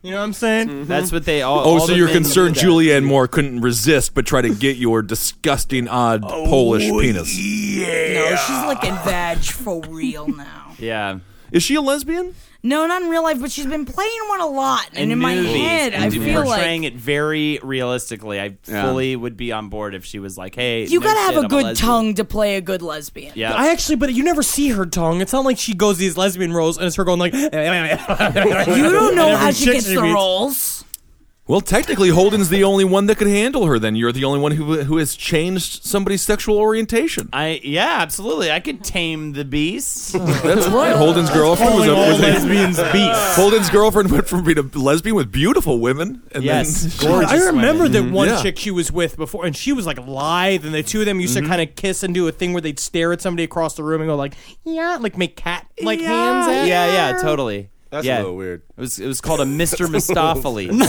I: You know what I'm saying?
B: Mm-hmm.
H: That's what they all.
J: Oh,
H: all
J: so
H: the
J: you're
H: men do
J: concerned
H: that.
J: Julianne Moore couldn't resist but try to get your disgusting, odd Polish penis.
K: No, she's looking vag for real
J: (laughs)
K: now.
H: Yeah.
J: Is she a lesbian?
K: No, not in real life, but she's been playing one a lot. And, in my
H: movies,
K: head,
H: and
K: I
H: do-
K: feel like
H: portraying it very realistically. I
B: Yeah.
H: fully would be on board if she was like, "Hey,
K: you
H: no
K: gotta
H: shit,
K: have
H: I'm
K: a good
H: lesbian.
K: tongue to play a good lesbian.
H: Yeah,
I: I actually, but you never see her tongue. It's not like she goes to these lesbian roles and it's her going like. (laughs) you
K: You
I: don't
K: don't know how she gets the roles.
J: Well, technically, Holden's the only one that could handle her. Then you're the only one who who has changed somebody's sexual orientation.
H: I yeah, absolutely. I could tame the
K: (laughs)
H: beast.
J: That's right. Holden's girlfriend was a
H: calling
J: was
H: all
J: a-
H: lesbians beasts.
J: Holden's girlfriend went from being a lesbian with beautiful women. And
I: Yes,
J: (laughs) then
I: I remember
H: Mm-hmm.
I: that one
J: Yeah.
I: chick she was with before, and she was like lithe, and the two of them used
H: Mm-hmm.
I: to kind of kiss and do a thing where they'd stare at somebody across the room and go like, "Yeah," like make cat like hands. At
H: yeah, yeah, totally.
A: That's a
H: yeah.
A: little weird.
H: It was it was called
B: (laughs)
H: a Mr. Mistopheles.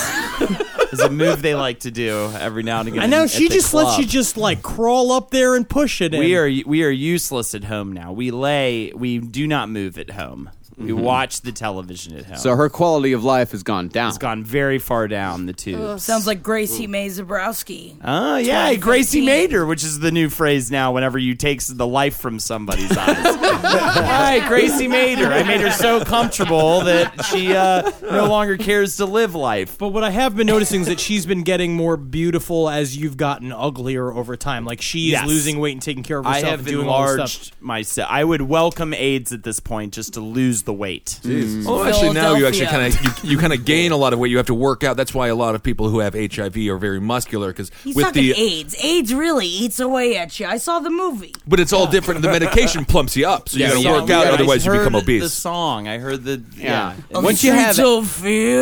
H: it's a move they like to do every now and again.
I: And now
H: at
I: she
H: the
I: just lets
H: club.
I: you just like crawl up there and push it.
H: We
I: in.
H: are we are useless at home now. We lay. We do not move at home. We
B: Mhm.
H: watch the television at home.
B: so her quality of life has gone down. It's
H: gone very far down the tube.
K: Sounds like Gracie May Zabrowski.
H: Oh yeah, Gracie
K: 2015.
H: Mater, which is the new phrase now. Whenever you take the life from somebody's
I: (laughs)
H: eyes, hi Gracie Mater. I made her so comfortable that she uh, no longer cares to live life.
I: But what I have been noticing is that she's been getting more beautiful as you've gotten uglier over time. Like she is
H: Yes.
I: losing weight and taking care of
H: I
I: herself
H: have
I: and doing all this stuff.
H: enlarged myself. I would welcome AIDS at this point just to lose the weight.
J: Jesus. Well, Oh, actually, now you actually kind
H: Philadelphia.
J: of you, you kind of gain a lot of weight. You have to work out. That's why a lot of people who have HIV are very muscular because
K: He's
J: with
K: talking
J: the
K: AIDS. AIDS really eats away at you. I saw the movie.
J: but it's all different. The medication plumps you up, so you got to work out. Otherwise, you become
H: The
J: obese.
H: song I heard the yeah.
J: Yeah.
I: Oh,
K: Once you have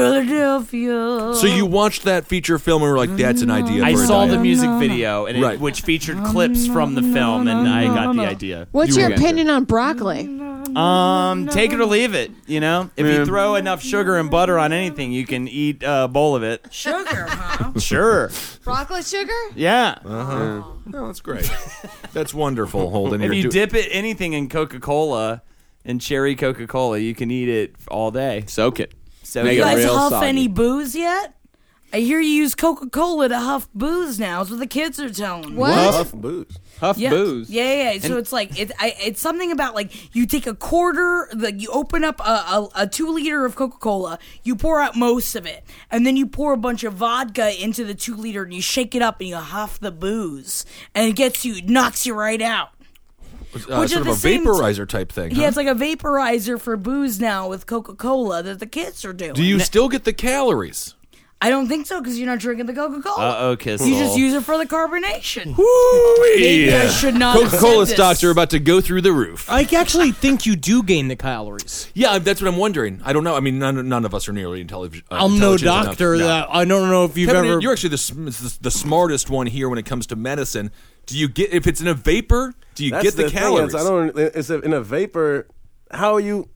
K: Philadelphia.
J: So you watched that feature film and were like, "That's an idea."
H: I
J: for a
H: saw the
J: diet."
H: music video and it,
J: Right.
H: which featured clips from the film, and I got the idea.
G: What's your opinion on broccoli?
H: Um, take it or leave it. You know, if
B: Yeah.
H: you throw enough sugar and butter on anything, you can eat a bowl of
J: (laughs)
H: it.
K: Sugar, (laughs) huh?
H: Sure.
G: broccoli sugar?
H: Yeah.
J: Uh-huh. No, that's great. That's wonderful, Holden.
H: if
J: You're
H: you
J: do-
H: dip it anything in Coca Cola, in cherry Coca Cola, you can eat it all day.
B: Soak it.
H: So
K: you guys huff any booze yet? I hear you use Coca Cola to huff booze now. Is what the kids are telling me.
G: Oh,
A: Huff booze.
B: Huff
K: Yeah.
B: booze.
K: Yeah, yeah. yeah. So
B: And-
K: it's like it, I, it's something about like you take a quarter, like you open up a, a, a two liter of Coca Cola, you pour out most of it, and then you pour a bunch of vodka into the two liter, and you shake it up, and you huff the booze, and it gets you, knocks you right out.
J: uh,
K: which
J: sort of
K: at
J: a
K: the same t-
J: vaporizer type thing.
K: Yeah,
J: huh?
K: it's like a vaporizer for booze now with Coca Cola that the kids are doing.
J: do you still get the calories?
K: I don't think so because you're not drinking the Coca Cola.
J: Uh-oh, Kissel.
K: You just use it for the carbonation.
J: Maybe
K: I should not. have said
J: Coca-Cola
K: this.
J: stocks are about to go through the roof.
I: I actually think you do gain
H: (laughs)
I: the calories.
J: Uh, Yeah, that's what I'm wondering. I don't know. I mean, none, none of us are nearly intelligent. Uh,
I: I'm no
J: intelligent enough.
I: doctor.
J: No.
I: That I don't know if you've
J: Kevin,
I: ever.
J: you're actually the, sm- the the smartest one here when it comes to medicine. Do you get if it's in a vapor? Do you
A: That's
J: get the,
A: thing, is
J: calories?
A: I don't. It's a, in a vapor. How are you?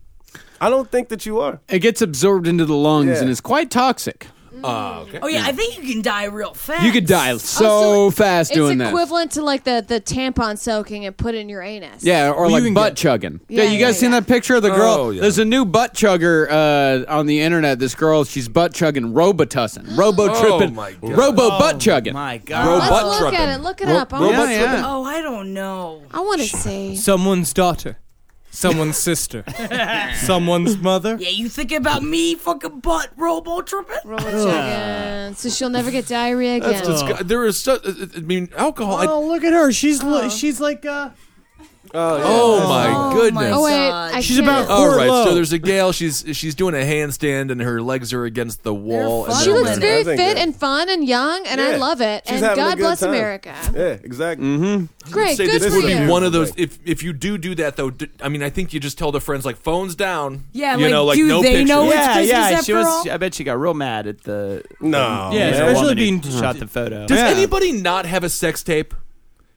A: I don't think that you are.
B: It gets absorbed into the lungs
A: Yeah.
B: and is quite toxic.
J: Oh, okay.
K: Oh yeah, I think you can die real fast.
B: You could die so, fast
G: It's
B: doing that.
G: equivalent to like the, the tampon soaking and put in your anus.
B: Yeah, or
G: You
B: like
G: can
B: butt chugging. Yeah,
G: Yeah,
B: you
G: yeah,
B: guys seen
G: yeah.
B: that picture of the girl?
J: Oh, yeah.
B: There's a new butt chugger uh, on the internet. This girl, she's butt chugging Robitussin,
K: Oh,
B: Robo tripping,
J: Oh my God.
B: Robo
Q: Oh
B: butt chugging.
H: My
B: God,
G: Let's look at it. Look it
B: Ro-
G: up. I wanna
B: robot
G: see.
B: tripping.
K: Oh, I don't know.
G: I want to see.
I: someone's daughter, someone's sister, someone's mother.
K: Yeah, you thinking about me fucking butt robo tripping?
G: Chicken. So she'll never get diarrhea again.
J: uh, That's disgu- there is. So, I mean, alcohol. I,
I: Uh-huh. Oh, look at her. She's li- she's like uh,
J: Oh, my goodness!
G: Oh, wait, I
J: she's
G: can't.
J: about
G: All
J: all right.
G: right,
J: So
G: so
J: there's a gal. She's she's doing a handstand and her legs are against the wall.
G: She looks very fit and fun and young, and I
J: Yeah.
G: love it.
J: She's
G: and
J: having a
G: God
J: good
G: bless
J: time.
G: America.
A: Yeah, exactly.
J: Mm-hmm.
G: Great,
J: Say
G: good
J: this
G: for
J: would be
G: you.
J: one of those. If if you do do that though, d- I mean, I think you just tell the friends like phones down.
K: Yeah,
J: you
K: like,
J: know, like
K: do
J: no
K: they
J: pictures.
K: know Oh, it's
J: yeah,
K: Christmas
J: yeah.
K: after
J: she was-
K: all?
Q: I bet she got real mad at the
A: no,
Q: yeah,
J: man.
Q: especially
J: Woman
Q: being
J: who
Q: shot the photo.
J: Does anybody not have a sex tape?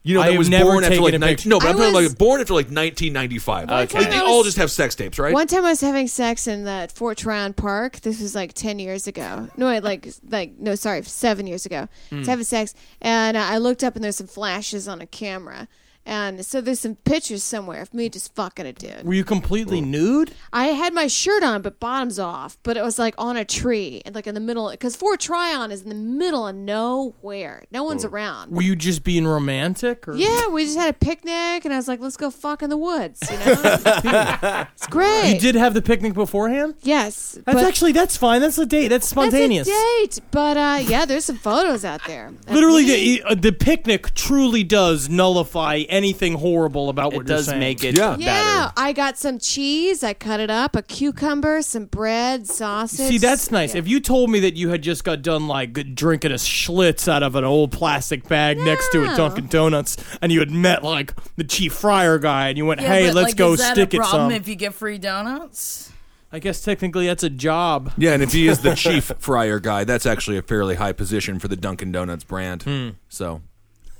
J: You know,
Q: I
J: that
Q: have
J: was
Q: never
J: born after
Q: taken
J: like
Q: a
J: 19,
Q: picture.
J: no, but
Q: I
J: I'm talking
Q: was-
J: like born after like 1995.
G: Okay.
J: Like, they
G: I
J: all
G: was-
J: just have sex tapes, right?
G: One time I was having sex in that Fort Tryon Park. This was like ten years ago. No, I like like no, sorry, seven years ago. I was
R: Hmm.
G: having sex, and uh, I looked up, and there's some flashes on a camera, and so there's some pictures somewhere of me just fucking a dude.
I: Were you completely nude?
G: I had my shirt on, but bottoms off, but it was like on a tree, and like in the middle, because Fort Tryon is in the middle of nowhere. No one's around.
I: Were you just being romantic? Or?
G: Yeah, we just had a picnic, and I was like, "Let's go fuck in the woods," you
I: (laughs)
G: know. it's great.
I: You did have the picnic beforehand?
G: Yes.
I: That's
G: but-
I: actually, that's fine. That's a date. That's spontaneous.
G: That's a date, but uh, yeah, there's some photos out there.
I: (laughs) Literally, the, uh, the picnic truly does nullify anything horrible about what
Q: does
I: you're saying.
Q: make it Yeah.
G: Yeah, I got some cheese. I cut it up, a cucumber, some bread, sausage.
I: See, that's nice. If you told me that you had just got done like drinking a Schlitz out of an old plastic bag next to a
G: No.
I: Dunkin' Donuts, and you had met like the chief fryer guy, and you went,
K: Yeah,
I: "Hey,
K: but,
I: let's
K: like,
I: go
K: is that
I: stick
K: a
I: it
K: problem
I: some."
K: If you get free donuts,
I: I guess technically that's a job.
J: Yeah, and if he is the chief (laughs) fryer guy, that's actually a fairly high position for the Dunkin' Donuts brand.
K: Hmm.
J: So,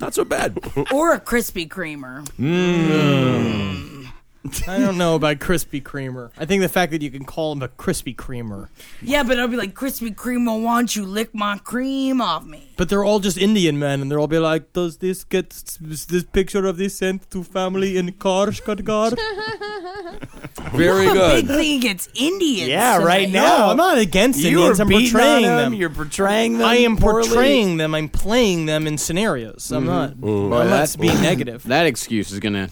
J: not so bad.
K: or a Krispy Kremer.
J: Mm.
I: I don't know about Krispy Kremer. I think the fact that you can call him a Krispy Kremer,
K: Yeah, but I'll be like Krispy Kremer. Why don't you lick my cream off me?
I: but they're all just Indian men, and they'll all be like, "Does this get is this picture of this sent to family in
K: (laughs) What
I: Karshkadgar?"
K: A big thing against Indians.
I: Yeah,
K: tonight.
I: right now. I'm not against
Q: You
I: Indians.
Q: are
I: I'm
Q: beating
I: portraying
Q: on
I: them.
Q: them, you're portraying them
I: I am
Q: poorly.
I: portraying them. I'm playing them in scenarios. I'm not. I'm not being negative.
C: That excuse is gonna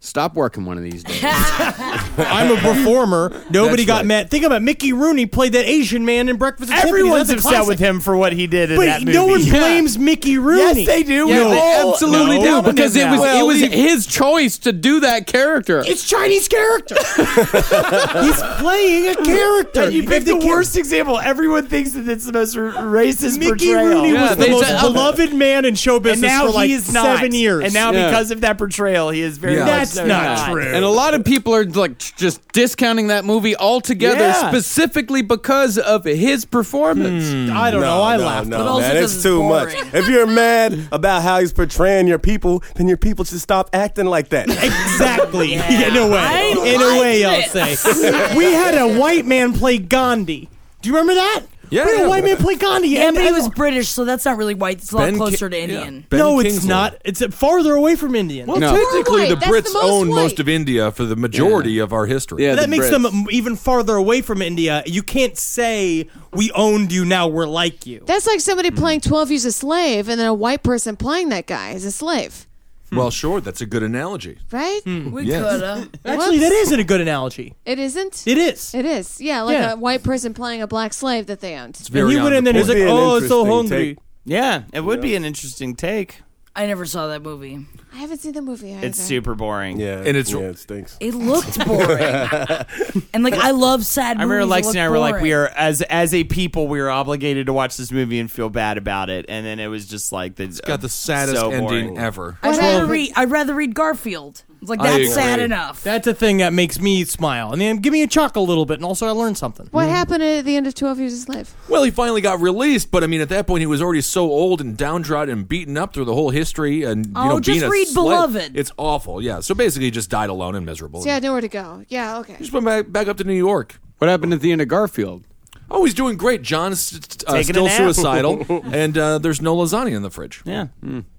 C: stop working one of these days.
I: (laughs) I'm a performer. Nobody
C: That's
I: got
C: right.
I: mad. Think about Mickey Rooney played that Asian man in Breakfast. at Tiffany's.
Q: Everyone's
I: That's a
Q: upset
I: classic.
Q: with him for what he did in
I: But
Q: that
I: no one
Q: movie.
I: blames Mickey Rooney.
Q: Yes, they do.
I: Yeah,
Q: No.
I: they
Q: No.
I: absolutely
Q: No.
I: do.
Q: Because it
C: was- it was
I: his choice to do that character. It's Chinese character. (laughs) He's playing a character.
Q: And you picked the worst example. Everyone thinks that it's the most r- racist
I: Mickey
Q: portrayal.
I: Rooney was the most beloved man in show business
Q: and now
I: for like
Q: he is not.
I: seven years.
Q: And now
C: Yeah.
Q: because of that portrayal, he is very.
C: Yeah.
Q: much so
C: That's not
I: true.
C: And a lot of people are like tr- just discounting that movie altogether
I: Yeah.
C: specifically because of his performance.
J: Hmm.
I: I don't know. I laughed.
A: No, man, it's too much. If you're mad about how he's portraying your people, then your people should stop acting like that.
I: Exactly. Yeah, in a way.
A: I
I: in a
A: like
I: way, I'll
A: this.
I: say. we had a white man play Gandhi. Do you remember that?
J: Yeah.
I: We had a white man play Gandhi.
K: Yeah,
I: and
K: but he
I: and-
K: was British, so that's not really white. It's a lot
I: Ben Ki-
K: closer to
I: yeah.
K: Indian.
I: no, it's
J: Kingsley.
I: not. It's farther away from Indian.
J: Well, technically, the Brits own most of India for the majority of our history.
I: that makes them even farther away from India. You can't say we owned you. Now we're like you.
G: That's like somebody
I: Mm.
G: playing Twelve Years a Slave, and then a white person playing that guy as a slave,
J: Well, sure, that's a good analogy.
G: right?
I: Hmm.
J: We Yes. coulda.
I: Actually, that isn't a good analogy.
G: It isn't.
I: It is.
G: It is. Yeah, like
I: Yeah.
G: a white person playing a black slave that they owned.
I: And he went in there and he's like,
Q: Would be an
I: "Oh, so
Q: interesting
I: hungry."
Q: take. Yeah, it would be an interesting take.
K: I never saw that movie.
G: I haven't seen the movie. Either.
Q: It's super boring.
A: Yeah,
Q: and it's
A: yeah, it stinks.
K: It looked boring.
I: (laughs)
K: and like I love sad.
Q: I remember
K: movies that
Q: Lexi
K: look
Q: and I were like,
K: boring.
Q: we are as as a people, we are obligated to watch this movie and feel bad about it. And then it was just like the, uh, it's
J: got the saddest ending ever.
K: I'd rather, read, I'd rather read Garfield. It's like
I: I
K: that's sad
I: agree.
K: enough.
I: That's a thing that makes me smile. And then give me a chuckle a little bit, and also I learned something.
G: What happened at the end of Twelve Years a Slave?
J: Well, he finally got released, but I mean, at that point, he was already so old and downtrodden and beaten up through the whole history, and you
G: Oh,
J: know,
G: just
J: being a
G: read
J: slave-
G: Beloved.
J: It's awful, yeah. So basically, he just died alone and miserable.
G: So yeah, nowhere to go. Yeah, okay.
J: Just went back, back up to New York. What happened at the end of Garfield? Oh, he's doing great. John's uh,
I: Taking a
J: still
I: nap.
J: (laughs) suicidal, and uh, there's no lasagna in the fridge.
I: Yeah.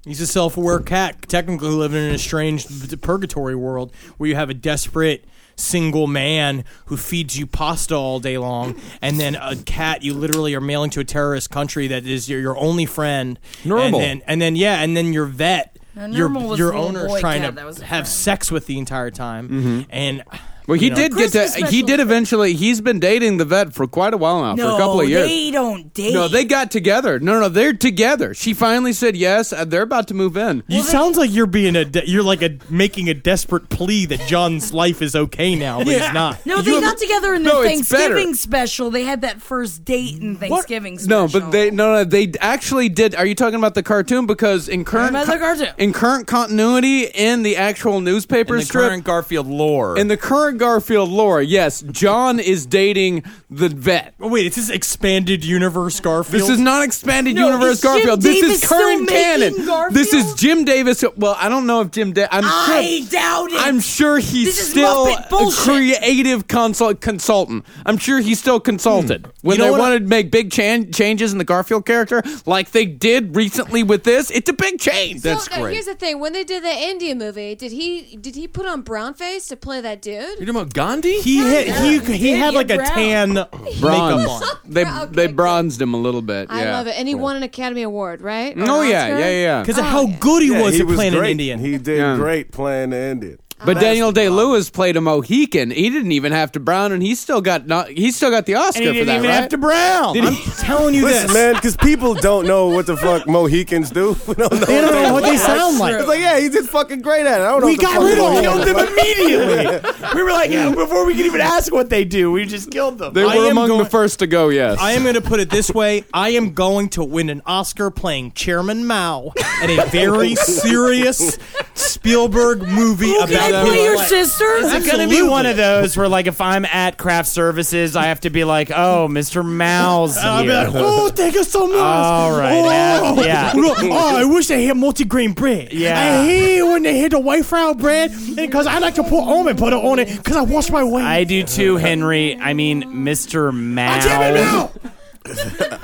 I: He's a self-aware cat, technically living in a strange v- purgatory world where you have a desperate single man who feeds you pasta all day long, and then a cat you literally are mailing to a terrorist country that is your, your only friend.
J: Normal.
I: And then, and then yeah, and then your vet,
K: Now,
I: your
K: Normal was
I: your
K: the little
I: owner
K: boy
I: trying
K: cat
I: to
K: that was a
I: have sex with the entire time, and.
J: Mm-hmm. Well, he
K: You know,
J: did get to.
K: Christmas special.
J: He did eventually. He's been dating the vet for quite a while now, for
K: No,
J: a couple of years.
K: they don't date.
J: No, they got together. No, no, they're together. She finally said yes. and They're about to move in.
I: You sounds like you're being a de- you're like a making a desperate plea that John's life is okay now, but
J: Yeah.
I: it's not.
K: No, they got together in the
J: No, it's better.
K: Thanksgiving special. They had that first date in Thanksgiving special.
J: No, but they no no they actually did. Are you talking about the cartoon? Because in current
K: I'm about the cartoon.
J: in current continuity in the actual newspaper
H: In the
J: strip.
H: current Garfield lore.
J: in the current Garfield lore, yes, John is dating the vet.
I: Oh, Wait, it's this expanded universe Garfield.
J: This is not expanded
I: No,
J: universe
I: is Jim
J: Garfield. This
I: Davis
J: is current
I: still making
J: canon. This is Jim Davis. Well, I don't know if Jim Davis. I'm
K: I
J: sure,
K: doubt it.
J: I'm sure he's
K: This is
J: still
K: Muppet
J: a
K: bullshit.
J: creative consult consultant. I'm sure he's still consulted
I: Hmm. You
J: when
I: know
J: they
I: what I-
J: wanted to make big chan- changes in the Garfield character, like they did recently with this. It's a big change.
G: so, now, Here's the thing: when they did the Indian movie, did he did he put on brown face to play that dude?
S: You're talking about Gandhi?
I: He had, he, he, had like a
K: (laughs)
G: brown.
I: tan makeup on.
J: Bronze. they they bronzed him a little bit.
G: I
J: yeah.
G: love it, and he won an Academy Award, right? Or
J: Oh
G: an
J: yeah,
G: Oscar? Oh,
J: yeah, yeah.
I: Because of how good he
A: Yeah,
I: was
A: he
I: at
A: was
I: playing an
A: great.
I: Indian.
A: He did
J: Yeah.
A: great playing the Indian.
J: But Daniel Day Lewis played a Mohican. He didn't even have to brown, and he still got not. He still got the Oscar
I: And he
J: for
I: didn't
J: that,
I: even
J: right?
I: have to brown. I'm telling you
A: Listen,
I: this.
A: man, because people don't know what the fuck Mohicans do. (laughs) We don't know
I: They don't know what they
A: look
I: sound like.
A: It's like, yeah, he did fucking great at it. I don't know.
H: We
A: what the
H: got
A: fuck
H: rid of
A: Mohicans
H: killed
A: are.
H: them
I: (laughs)
H: immediately. we were like, yeah, before we could even ask what they do, we just killed them.
J: They
I: I
J: were
I: am
J: among the
I: going-
J: first to go. Yes,
I: I am going to put it this way: I am going to win an Oscar playing Chairman Mao in a very serious Spielberg movie
K: Who
I: about
K: can I play
I: his
K: your
I: life.
K: sister?
H: Is it going to be one of those where, like, if I'm at craft services, I have to be like, oh, Mr. Mao's
I: I'll be like,
H: here.
I: oh, thank you so much.
H: All right,
I: Oh,
H: man. Yeah.
I: Look, oh, I wish they had multi-grain bread.
H: Yeah.
I: I hate when they had the white flour bread because I like to put almond butter on it because I wash my way.
H: I do too, Henry. I mean, Mr. Mao.
J: All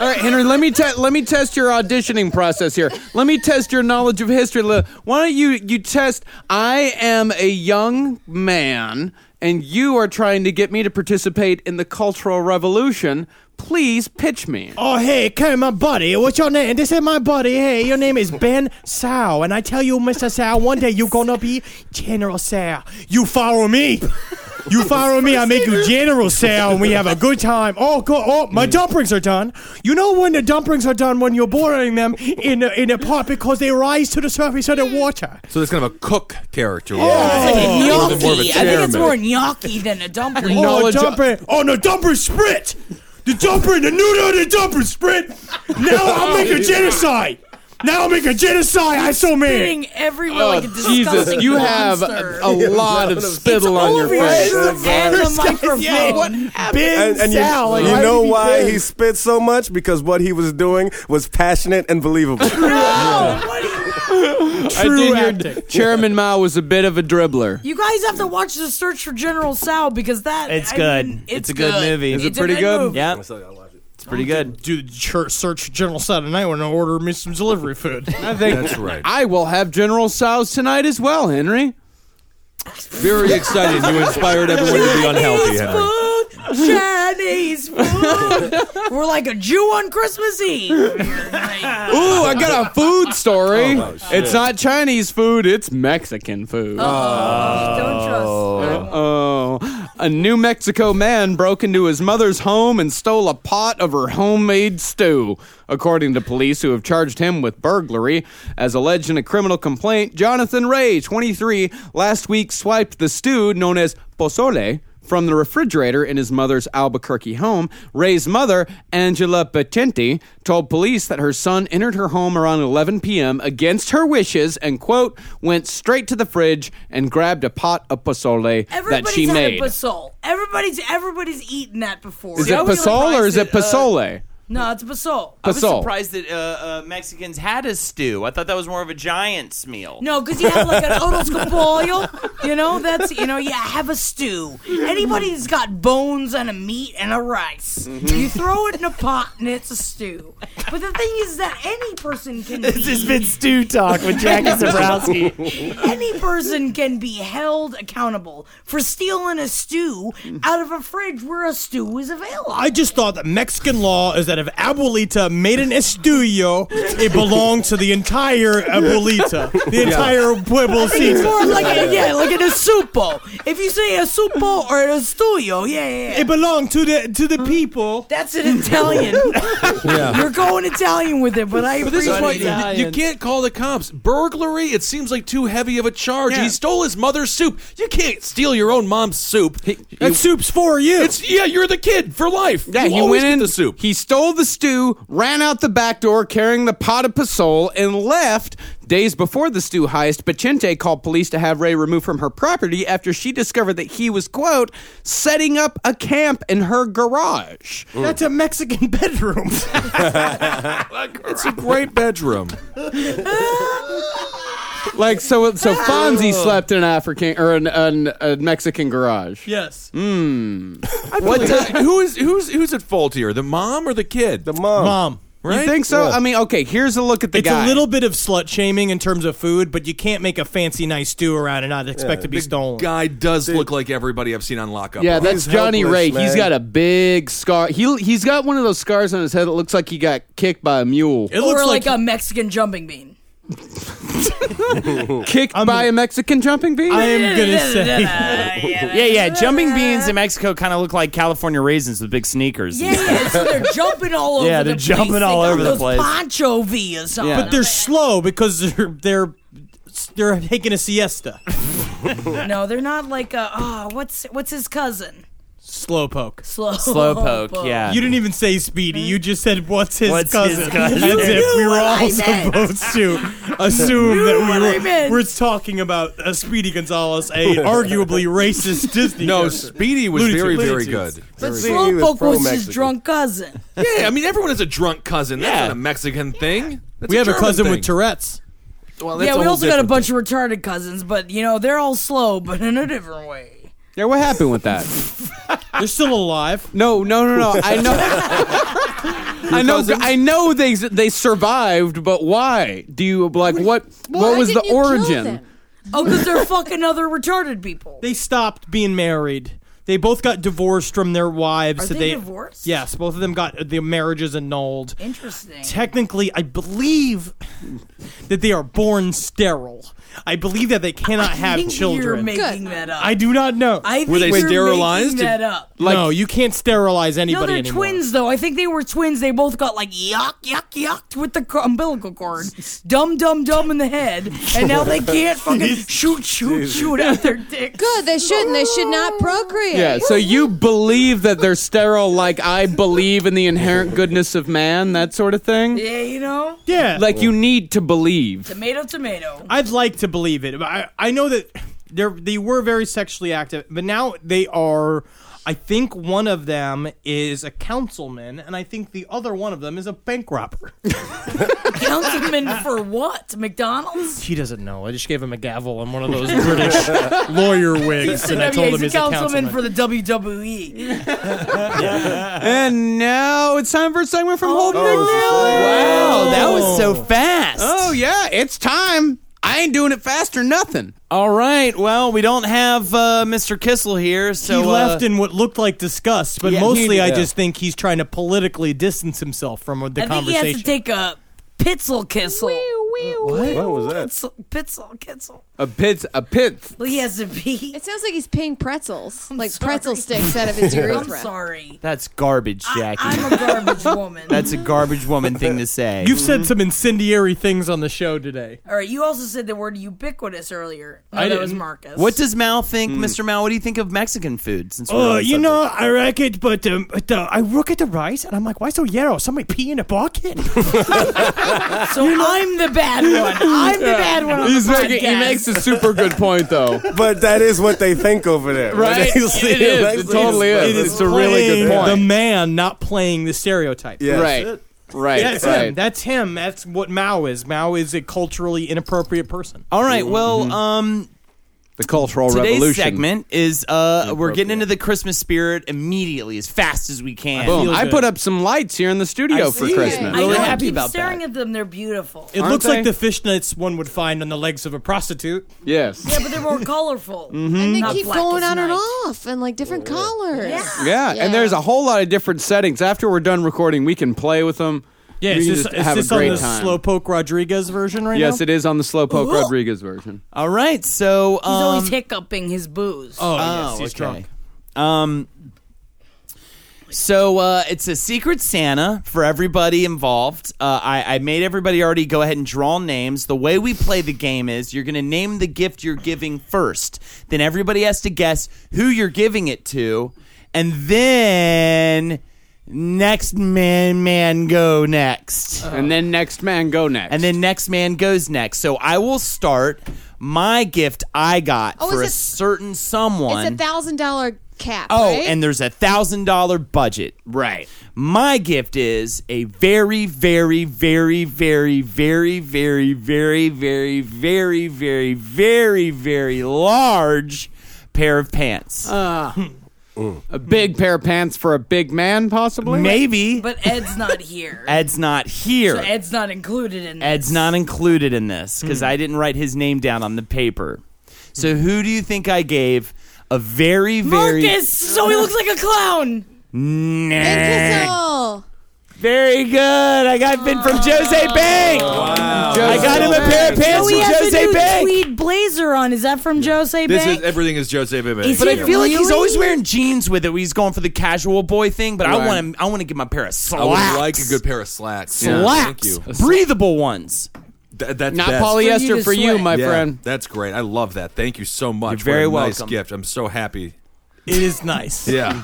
J: right, Henry. Let me te- let me test your auditioning process here. Let me test your knowledge of history. Le- Why don't you you test? I am a young man, and you are trying to get me to participate in the Cultural Revolution. Please pitch me.
I: Oh, hey, come, my buddy. What's your name? This is my buddy. Hey, your name is Ben Sao. And I tell you, Mr. Sao, one day you're going to be General Sao. You follow me. You follow me, I make you General Sao, and we have a good time. Oh, go, oh, my dumplings are done. You know when the dumplings are done when you're boiling them in a, in a pot because they rise to the surface of the water.
S: So that's kind of a cook character. Yeah.
K: Gnocchi. I think it's more gnocchi than a dumpling.
I: Oh, a dumper. Oh, no, dumper sprit. The dumper, the noodle, and the dumper sprit. Now I'll make a genocide. Now I'll make a genocide. I so man.
K: Spitting everywhere
J: Oh,
K: like a disgusting
J: Jesus, you have
K: monster. (laughs)
J: a, a lot of spittle on your
K: Over your
J: face.
K: shirt and the
I: This guy's-
K: microphone.
I: yeah, what
A: And, and you, you know why he spit so much? Because what he was doing was passionate and believable.
K: No, what do you?
I: True
J: I think your
I: acting.
J: Chairman Mao was a bit of a dribbler.
K: You guys have to watch the search for General Sal because that
H: It's
K: I
H: good.
K: mean,
H: It's a good movie. Is it
K: It's a
J: pretty good?
K: movie.
H: Yeah. It's pretty good.
I: Do the church search General Saturday night when I order me some delivery food.
J: I think
S: That's right.
J: I will have General Sows tonight as well, Henry.
S: Very excited. You inspired everyone to be unhealthy,
K: Chinese
S: Henry.
K: food, Chinese food. We're like a Jew on Christmas (laughs) Eve.
J: Ooh, I got a food
S: Oh,
J: story. it's not Chinese food, it's Mexican food.
K: Don't trust.
J: Oh, a New Mexico man broke into his mother's home and stole a pot of her homemade stew, according to police who have charged him with burglary. As alleged in a criminal complaint, Jonathan Ray, 23, last week swiped the stew known as pozole from the refrigerator in his mother's Albuquerque home. Ray's mother, Angela Patenti, told police that her son entered her home around 11 p.m. against her wishes and, quote, went straight to the fridge and grabbed a pot of pozole
K: Everybody's
J: that she
K: had
J: made.
K: a basol. Everybody's everybody's eaten that before.
J: Is it
K: Yeah, we
J: pasol or
K: like-
J: is it pasole?
K: No, it's basol.
H: I was
J: Pasol.
H: surprised that uh, uh, Mexicans had a stew. I thought that was more of a Giants meal.
K: No, because you have like
J: (laughs)
K: an odor's capoil. You know, that's, you know, yeah, have a stew. Anybody's got bones and a meat and a rice.
J: Mm-hmm.
K: You throw it in a pot and it's a stew. But the thing is that any person
J: (laughs)
K: can
H: This has
K: be,
H: been stew talk with
I: (laughs)
H: Jackie Zabrowski.
K: any person can be held accountable for stealing a stew out of a fridge where a stew is available.
I: I just thought that Mexican law is that of Abuelita made an estudio, it belonged to the entire Abuelita, the
K: Yeah.
I: entire Pueblo
K: It's more
I: Cita.
K: like a, yeah, like an asupo. If you say asupo or an estudio, yeah, yeah, yeah.
I: It belonged to the to the people.
K: That's an Italian.
T: Yeah.
K: You're going Italian with it, but I.
T: But this is why
K: appreciate
T: you- you, can't call the cops. Burglary, it seems like too heavy of a charge. He stole his mother's soup. You can't steal your own mom's soup.
J: That
I: soup's for you.
T: It's yeah, you're the kid for life.
J: Yeah,
T: You
J: he
T: always
J: went
T: get
J: in
T: the soup.
J: He stole the stew, ran out the back door carrying the pot of pasol, and left. Days before the stew heist, Pacente called police to have Ray removed from her property after she discovered that he was quote setting up a camp in her garage.
I: That's a Mexican bedroom.
T: it's a great bedroom.
J: like so,
K: (laughs)
J: so Fonzie slept in an African or an, an, a Mexican garage.
I: Yes.
J: Hmm.
T: What uh, who is who's who's at fault here? The mom or the kid? The
A: mom.
I: Mom.
T: Right?
J: You think so? I mean, okay. Here's a look at the
I: it's
J: guy.
I: a little bit of slut shaming in terms of food, but you can't make a fancy nice stew around and not expect to be
T: the
I: stolen.
T: guy does look like everybody I've seen on Lockup.
J: Yeah,
T: Rock.
J: that's Johnny Ray. He's got a big scar. He he's got one of those scars on his head that looks like he got kicked by a mule.
K: It or like, a Mexican jumping bean.
J: kicked by a Mexican jumping bean.
H: I am (laughs) gonna say-
K: yeah,
H: Yeah, yeah. Jumping beans (laughs) in Mexico kind of look like California raisins with big sneakers.
K: (laughs) Yeah, yeah. So they're jumping all over.
H: Yeah,
K: the
H: they're jumping
K: place.
H: all
K: they got
H: over the
K: those
H: place.
K: Pancho V or something.
I: (laughs) But they're slow because they're they're they're taking a siesta.
K: no, they're not like a. Oh, what's what's his cousin?
I: Slowpoke.
K: Slow.
I: Slowpoke, You didn't even say Speedy. You just said, what's his
H: What's his
I: cousin?
H: cousin?
I: As
H: You
I: if
H: knew
I: we were
H: what
I: all
H: I meant.
I: supposed
T: (laughs)
I: to
H: You
I: assume
H: knew what I
I: that we were,
H: meant.
I: we're talking about uh, Speedy
T: (laughs)
I: Gonzalez, a arguably racist Disney
T: No,
I: character.
T: Speedy was
I: Looney
T: very,
I: Tunes.
T: very good.
K: But
T: Very good.
K: Slowpoke was, his drunk cousin.
T: Yeah, I mean everyone has a drunk cousin. That's
K: Yeah.
T: not a Mexican thing. That's
I: We have a
T: German
I: cousin with
T: thing.
I: Tourette's. Oh,
T: Well,
K: yeah, we also got a bunch of retarded cousins, but you know they're all slow, but in a different way.
J: Yeah, what happened with that?
I: They're still alive.
J: No, no, no, no. I (laughs) know. I know. I know they they survived, but why? Do you like what? what was the origin?
K: Oh, because they're fucking other retarded people.
I: They stopped being married. They both got divorced from their wives.
K: Are
I: so
K: they divorced?
I: Yes, both of them got their marriages annulled.
K: Interesting.
I: Technically, I believe that they are born sterile. I believe that they cannot have
K: think
I: children.
K: You're making that up.
I: I do not know.
K: I Were think they you're making sterilized? that up.
I: no, you can't sterilize
K: no,
I: anybody
K: they're
I: anymore.
K: twins though. I think they were twins. They both got like yuck, yuck, yucked with the co- umbilical cord, dumb, dumb, dumb in the head, and now they
I: (laughs)
K: can't fucking shoot, shoot, shoot out their dicks.
G: Good, they shouldn't. They should not procreate.
J: Yeah. So you believe that they're sterile, like I believe in the inherent goodness of man, that sort of thing.
K: Yeah, you know.
I: Yeah.
J: Like you need to believe.
K: Tomato, tomato.
I: I'd like to believe it. but I, I know that they they were very sexually active, but now they are. I think one of them is a councilman, and I think the other one of them is a bank (laughs) robber.
K: Councilman for what? McDonald's.
I: He doesn't know. I just gave him a gavel and one of those (laughs) British (laughs) lawyer
K: He (laughs)
I: wigs,
K: said,
I: and I
K: "Yeah,
I: told him
K: he's
I: he's
K: a
I: a
K: councilman
I: councilman.
K: for the E. WWE.
J: And now it's time for a segment from Holden
H: Oh,
I: Wow, that was so
H: fast.
J: Oh yeah, it's time. I ain't doing it fast or nothing.
H: All right. Well, we don't have uh, Mr. Kissel here, so
I: he
H: uh,
I: left in what looked like disgust, but
H: Yeah, he-
I: mostly I
H: yeah.
I: just think he's trying to politically distance himself from the
K: I think he
I: conversation.
K: has to take a pitzel kissel.
I: What? What was that?
K: Pitzel, pitzel kissel.
J: A pit, a pit.
K: Well, he has to be.
G: It sounds like he's peeing pretzels, like pretzel sticks out of his urethra.
K: I'm sorry.
H: That's garbage, Jackie.
K: I'm a
H: (laughs)
K: garbage woman.
H: That's a garbage woman thing to say.
I: You've said some incendiary things on the show today.
K: All right, you also said the word ubiquitous earlier. No,
H: I
K: that
H: didn't.
K: was Marcus.
H: What does Mal
T: Hmm.
H: think, Mr. Mal? What do you think of Mexican food? Since we're
I: Oh,
H: on the subject?
I: you know, I like it, but um, but, uh, I look at the rice and I'm like, why so yellow? Somebody pee in a bucket?
K: So I'm the bad one. I'm
H: (laughs)
K: the bad one. On
J: He's
K: the
J: making, he
K: podcast.
J: makes a super good point though.
A: But that is what they think over there,
J: Right?
A: They see
J: It is.
A: Mexican-
J: (laughs) It totally is.
A: Mexican-
J: It's a really
I: Playing
J: good point.
I: The man not playing the stereotype.
A: Yes.
J: Right. (laughs) Right.
I: That's
J: right.
I: him. That's him. That's what Mao is. Mao is a culturally inappropriate person.
H: All right. Well, um,
J: The Cultural
H: Today's
J: Revolution.
H: segment is uh, we're getting into the Christmas spirit immediately as fast as we can.
J: Boom. I put up some lights here in the studio for Christmas.
H: Really
K: I
H: happy
K: keep
H: about that.
K: staring at them. They're
H: (laughs)
K: beautiful.
I: It looks like the fishnets one would find on the legs of a prostitute.
J: Yes.
K: yeah, but they're more colorful.
H: Mm-hmm.
G: And they
K: Not
G: keep
K: black
G: going
K: as
G: on and
K: night.
G: off and like different colors.
J: (laughs) Yeah, and there's a whole lot of different settings. After we're done recording, we can play with them.
I: Yeah,
J: We
I: is
J: can
I: this,
J: just
I: is
J: have
I: this
J: a
I: on
J: great
I: the
J: time.
I: Slowpoke Rodriguez version right
J: yes,
I: now?
J: it is on the Slowpoke
I: Ooh.
J: Rodriguez version.
H: All right, so
K: He's
H: um, oh.
K: always hiccuping his booze.
I: Oh,
H: okay. Um, so uh, it's a secret Santa for everybody involved. Uh, I, I made everybody already go ahead and draw names. The way we play the game is you're going to name the gift you're giving first. Then everybody has to guess who you're giving it to, and then next man man go next,
J: and then next man go next,
H: and then next man goes next. So I will start. My gift I got
G: Oh,
H: for a
G: is it-
H: certain someone.
G: It's a thousand dollar cap.
H: Oh,
G: right?
H: and there's a thousand dollar budget. Right. My gift is a very, very, very, very, very, very, very, very, very, very, very, very large pair of pants.
J: Ah. a big pair of pants for a big man, possibly.
H: Maybe
K: But Ed's not
H: (laughs)
K: here.
H: Ed's not
K: so
H: here.
K: Ed's not included in this.
H: Ed's not included in this because I didn't write his name down on the paper. So who do you think I gave a very, very
K: Marcus, so he looks like a clown.
H: Nah.
G: Oh,
H: Very good. I got been from Jose Bank. Oh. Wow. I got him a pair of
K: So
H: pants
K: he
H: from
K: has a
H: Jose
K: new
H: Bank.
K: tweed blazer on. Is that from Jose
B: This
K: Bank?
B: is everything is Jose Bebe.
K: Is
H: But I
K: it
H: feel like he's
K: really?
H: always wearing jeans with it. He's going for the casual boy thing. But I
B: Right.
H: want to. I want to give him a pair of slacks.
B: I would like a good pair of slacks.
H: slacks.
B: Yeah, thank you.
H: Breathable ones.
B: Th- that's
J: Not
B: best.
J: polyester
K: For you to
J: for you,
K: sweat.
J: my
B: Yeah,
J: friend.
B: That's great. I love that. Thank you so much.
H: You're very
B: what a Nice
H: welcome.
B: gift. I'm so happy.
H: It is
B: (laughs)
H: nice.
B: Yeah.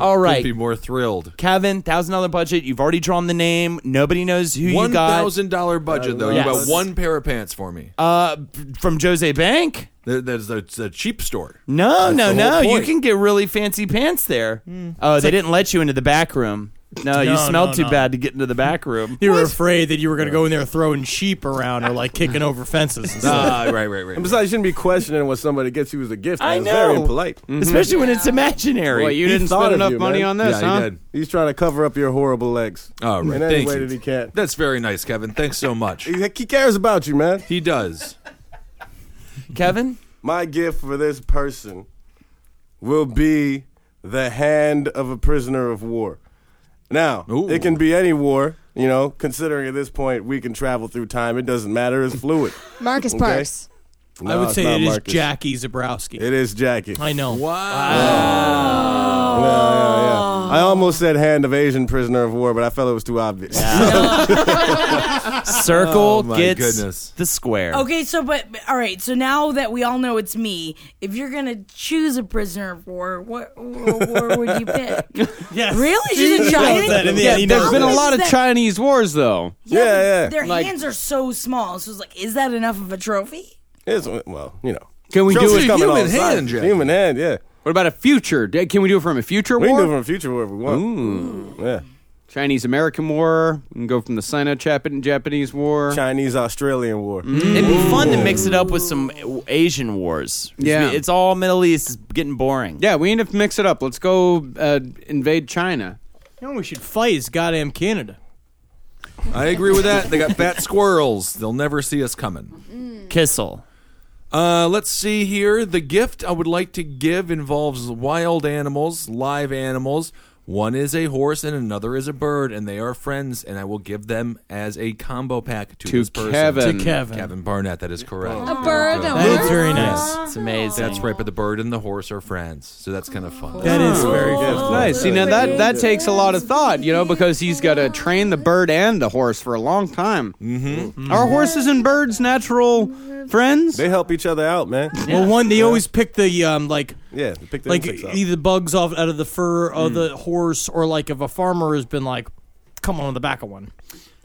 H: All right,
B: Be more thrilled.
H: Kevin. Thousand dollar budget. You've already drawn the name. Nobody knows who
B: One
H: you got
B: thousand dollar budget though. You
H: Yes.
B: got one pair of pants for me.
H: uh, from Jose Bank.
B: There- There's a, it's a cheap store.
H: No,
B: That's
H: no,
B: the
H: no.
B: whole
H: You
B: point.
H: can get really fancy pants there. Oh, they didn't let you into the back room. No, you
I: No,
H: smelled
I: no,
H: too
I: no.
H: bad to get into the back room.
I: You were afraid that you were going to go in there throwing sheep around or like
J: (laughs)
I: kicking over fences. And stuff.
B: Ah, right, right,
A: (laughs)
B: right.
A: And besides, you shouldn't be questioning what somebody gets you as a gift.
H: I
A: That's very
H: know.
A: impolite. Mm.
H: Especially when it's imaginary.
J: Well, you
A: He
J: didn't
A: thought
J: spend
A: of
J: enough
A: you,
J: money
A: man.
J: on this,
B: yeah,
J: huh?
B: you did.
A: He's trying to cover up your horrible legs.
B: All right,
A: In any
B: thank
A: way
B: you.
A: that he can.
B: That's very nice, Kevin. Thanks
A: (laughs)
B: so much.
A: He, he cares about you, man.
B: He does.
H: Kevin?
A: My gift for this person will be the hand of a prisoner of war. Now,
B: Ooh.
A: it can be any war, you know, considering at this point we can travel through time. It doesn't matter. It's fluid.
G: Marcus
A: Okay.
G: Parks.
A: No,
I: I would
A: it's
I: say
A: not
I: it is
A: Marcus.
I: Jackie Zabrowski.
A: It is Jackie.
I: I know.
A: Yeah, yeah,
J: Oh.
A: yeah. I almost said hand of Asian prisoner of war, but I felt it was too obvious. (laughs)
H: Circle
B: Oh, my
H: gets
B: goodness.
H: the square.
K: Okay, so but but- all right, so now that we all know it's me, if you're gonna choose a prisoner of war, what what war would you pick?
I: Yes.
K: Really, she's a giant.
I: that in the
J: Yeah,
I: end, he
J: there's
I: knows
J: been a
K: that.
J: lot of Chinese wars, though.
K: Yeah,
A: Yeah, yeah.
K: Their
J: Like-
K: hands are so small. So it's like, is that enough of a trophy?
A: It's, well, you know.
J: Can we do
A: Trophies
J: it?
A: come in
B: human
A: all sizes.
B: hand, Jackie.
A: Human hand, yeah.
J: What about a future? Did- Can we do it from a future
A: We
J: war?
A: can do it from a future war if we want. Yeah.
J: Chinese American War. We can go from the Sino Japanese War.
A: Chinese Australian war.
H: It'd be fun to mix it up with some Asian wars.
J: Yeah.
H: It's all Middle East. It's getting boring.
J: Yeah, we need to mix it up. Let's go uh, invade China.
I: You know what we should fight is goddamn Canada.
B: I agree with that. They got fat squirrels. They'll never see us coming.
H: Kissel.
B: Uh, let's see here. The gift I would like to give involves wild animals, live animals. One is a horse and another is a bird, and they are friends, and I will give them as a combo pack to,
J: To
B: this person.
J: Kevin.
I: To Kevin.
B: Kevin Barnett, that is correct.
G: A bird. a
I: That is
G: horse?
I: very nice.
H: It's amazing.
B: That's right, but the bird and the horse are friends, so that's kind of fun.
I: That is very good.
J: Nice. See, now that, that takes a lot of thought, you know, because he's got to train the bird and the horse for a long time. Mm-hmm. Are horses and birds natural friends?
A: They help each other out, man.
I: Well, one they always pick the um like
A: Yeah, they pick the
I: like
A: insects up.
I: either bugs off out of the fur of the horse, or like if a farmer has been like, come on the back of one,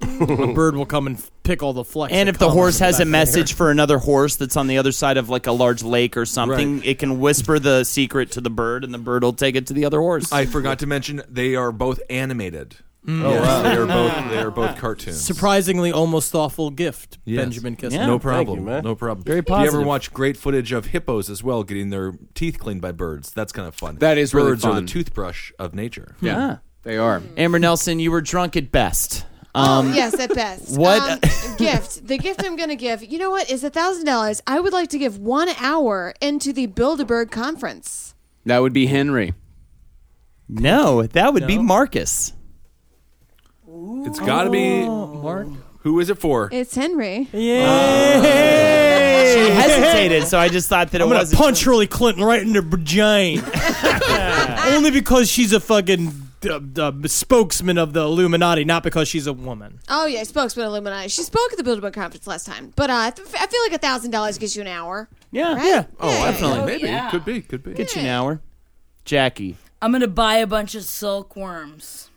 I: a bird will come and f- pick all the flecks.
H: And
I: that
H: if the
I: come
H: horse
I: on
H: has a
I: back of the
H: message for another horse that's on the other side of like a large lake or something, it can whisper the secret to the bird, and the bird will take it to the other horse.
B: I forgot to mention they are both animated.
E: Mm. Oh, wow. They are
I: (laughs)
E: both- they are both cartoons.
I: Surprisingly, almost thoughtful gift,
E: Yes.
I: Benjamin Kessler.
E: no problem. No problem.
I: Very
E: Do you
I: positive.
E: ever watch great footage of hippos as well getting their teeth cleaned by birds? That's kind of fun.
J: That is really
E: birds are
J: fun.
E: the toothbrush of nature.
J: Yeah. They are.
H: Amber Nelson, you were drunk at best. Um,
G: oh, yes, at best.
H: what-
I: (laughs)
G: Um, gift? The gift I'm going to give. You know what? Is a thousand dollars. I would like to give one hour into the Bilderberg conference.
J: That would be Henry.
H: No, that would be Marcus.
E: It's got to be. Who is it for?
G: It's Henry.
H: She hesitated, so I just thought that it
I: I'm gonna
H: was
I: punch Hillary Clinton right in the vagina. (laughs) Only because she's a fucking uh, uh, spokesman of the Illuminati, not because she's a woman.
G: Oh yeah, spokesman Illuminati. She spoke at the Bilderberg conference last time, but uh, I, th- I feel like a thousand dollars gets you an hour.
H: Yeah,
G: Right?
H: yeah.
E: Oh, absolutely.
K: Oh,
E: Maybe.
K: yeah.
E: Could be. Could be.
H: Get you an hour, Jackie.
K: I'm gonna buy a bunch of silkworms.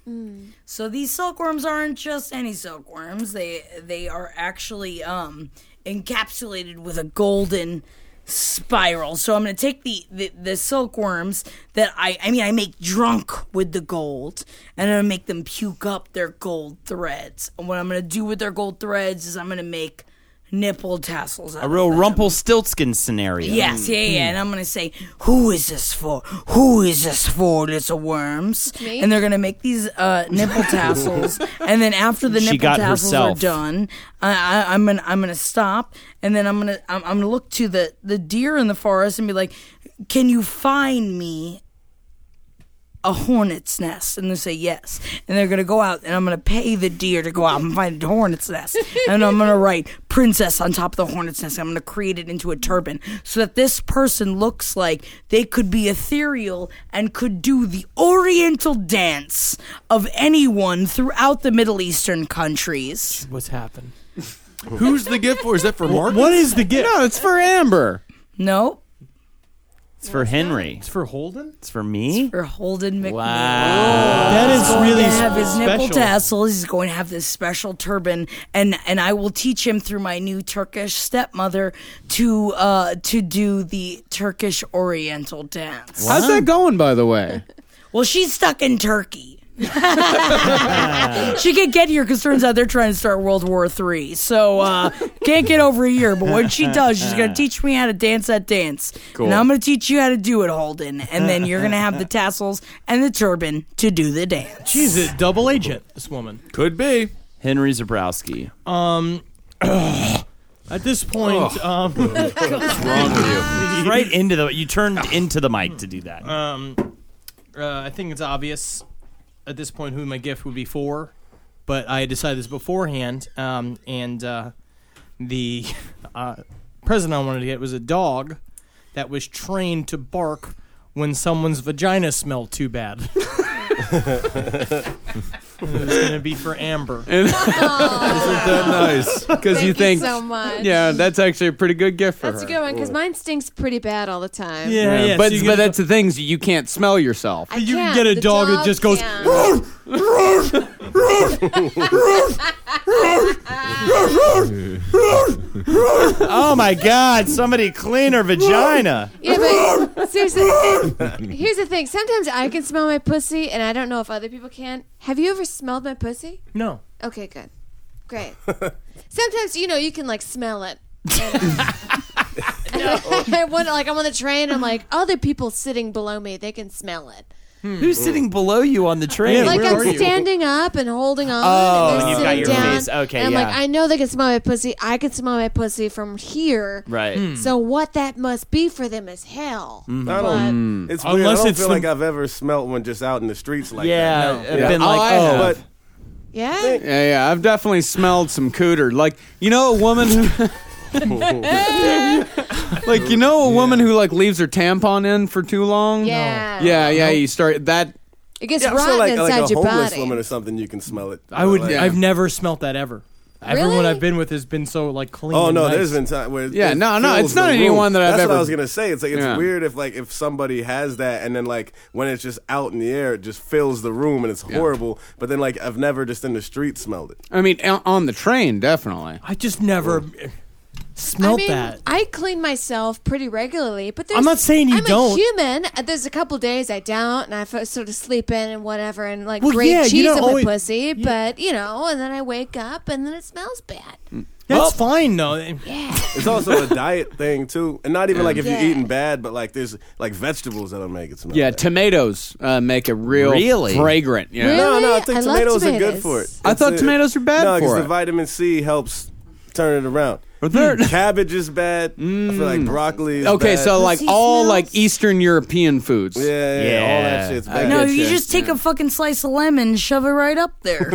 K: So these silkworms aren't just any silkworms. They they are actually um, encapsulated with a golden spiral. So I'm gonna take the, the the silkworms that I I mean I make drunk with the gold, and I'm gonna make them puke up their gold threads. And what I'm gonna do with their gold threads is I'm gonna make nipple tassels. Out
H: A
K: of
H: real
K: them.
H: Rumpelstiltskin scenario.
K: Yes, yeah, yeah. And I'm gonna say, who is this for? Who is this for, little worms?
G: me.
K: And they're gonna make these uh,
H: (laughs)
K: nipple tassels, and then after the
H: She
K: nipple
H: got
K: tassels
H: herself.
K: are done, I, I, I'm gonna I'm gonna stop, and then I'm gonna I'm, I'm gonna look to the the deer in the forest and be like, can you find me? A hornet's nest, and they say yes, and they're gonna go out, and I'm gonna pay the deer to go out and find a hornet's nest, and I'm gonna write princess on top of the hornet's nest. I'm gonna create it into a turban so that this person looks like they could be ethereal and could do the oriental dance of anyone throughout the Middle Eastern countries.
I: What's happened?
E: Who's the gift for? Is that for Marcus?
I: What is the gift?
J: No, it's for Amber.
K: No,
H: It's for Henry.
I: It's for Holden.
H: It's for me.
K: for Holden McNeil.
H: Wow.
K: He's
I: That is
K: going
I: really
K: to have his nipple
I: special.
K: tassels. He's going to have this special turban, and and I will teach him through my new Turkish stepmother to uh to do the Turkish Oriental dance.
J: How's that going, by the way?
K: Well, she's stuck in Turkey. (laughs) she can't get here because turns out they're trying to start World War Three, so uh, can't get over here. But when she does, she's gonna teach me how to dance that dance, and I'm gonna teach you how to do it, Holden. And then you're gonna have the tassels and the turban to do the dance.
I: She's a double agent. This woman.
E: Could be.
H: Henry Zabrowski.
I: Um, at this point, um, (laughs)
H: right into the. You turned into the mic to do that.
I: um, uh, I think it's obvious at this point who my gift would be for, but I decided this beforehand, um, and uh, the (laughs) uh, present I wanted to get was a dog that was trained to bark when someone's vagina smelled too bad. (laughs) it was gonna be for Amber.
E: that nice?
J: Because
G: Thank
J: you think.
G: so much.
J: Yeah, that's actually a pretty good gift for
G: That's a
J: her.
G: good one because mine stinks pretty bad all the time.
I: Yeah, yeah.
J: but
I: so you
J: but
I: get a-
J: that's the thing is you can't smell yourself.
G: I
I: you can get
G: can't.
I: a
G: The
I: dog that just goes,
G: can't.
H: oh my God! Somebody clean her vagina.
G: Yeah, but seriously, here's the thing. Sometimes I can smell my pussy, and I don't know if other people can. Have you ever smelled my pussy?
I: no.
G: Okay, good, great. Sometimes you know you can like smell it. And uh, (laughs) I wonder, like I'm on the train, I'm like other people sitting below me, they can smell it.
H: Who's sitting below you on the train?
G: like
I: are
G: I'm
I: you?
G: standing up and holding on.
H: Oh,
G: and
H: and
G: they're
H: you've got
G: sitting
H: your
G: down,
H: face. Okay,
G: and I'm
H: yeah.
G: like, I know they can smell my pussy. I can smell my pussy from here.
H: right.
G: So what that must be for them is hell.
H: Mm.
A: I don't. It's weird.
I: Unless
A: I don't
I: it's
A: feel
I: the-
A: like I've ever smelt one just out in the streets like
H: Yeah,
A: that.
H: I've been like,
J: Oh, I
H: oh,
J: have.
A: But
G: Yeah.
J: Yeah, yeah, I've definitely smelled some cooter. Like you know, a woman who, (laughs) like you know, a woman who like leaves her tampon in for too long.
G: Yeah.
J: yeah, yeah. You start that.
G: It gets
A: yeah, I
G: rotten
A: feel like,
G: inside
A: like a
G: your
A: homeless
G: body.
A: woman or something. You can smell it.
I: I would.
A: Like-
I: I've never smelt that ever. Everyone
G: Really?
I: I've been with has been so like clean.
A: Oh
I: and
A: no,
I: nice.
A: there's been time where it-
J: Yeah,
A: it
J: no, no,
A: fills
J: it's not
A: the
J: anyone
A: room.
J: that I've
A: That's
J: ever-
A: what I was gonna say. It's like it's
J: Yeah.
A: weird if like if somebody has that and then like when it's just out in the air, it just fills the room and it's horrible. But then like I've never just in the street smelled it.
J: I mean, o- on the train, definitely.
I: I just never. smelt
G: I mean,
I: that.
G: I clean myself pretty regularly, but there's,
I: I'm not saying you
G: I'm
I: don't.
G: A human, Uh, there's a couple days I don't, and I f- sort of sleep in and whatever, and like
I: Well,
G: grate
I: yeah, you
G: cheese
I: don't
G: in
I: always-
G: my pussy. But you know, and then I wake up, and then it smells bad.
I: That's fine though. Yeah.
A: It's also a diet thing too, and not even like if
G: Yeah.
A: you're eating bad, but like there's like vegetables that'll make it smell.
J: Yeah, tomatoes uh, make a real
A: Really?
J: fragrant. Yeah.
A: No, no, I
G: Really?
A: think
G: I love
A: tomatoes, are good
G: tomatoes.
A: for it.
J: I thought
A: a-
J: tomatoes are bad
A: no, 'cause
J: for
A: the
J: it.
A: vitamin C helps turn it around. Hmm. Cabbage is bad. I feel like broccoli. Is
J: Hmm. Okay,
A: bad.
J: so like all like Eastern European foods. Yeah,
A: yeah, yeah, all that shit's bad.
K: No, you just take a fucking slice of lemon and shove it right up
H: (laughs)
K: there.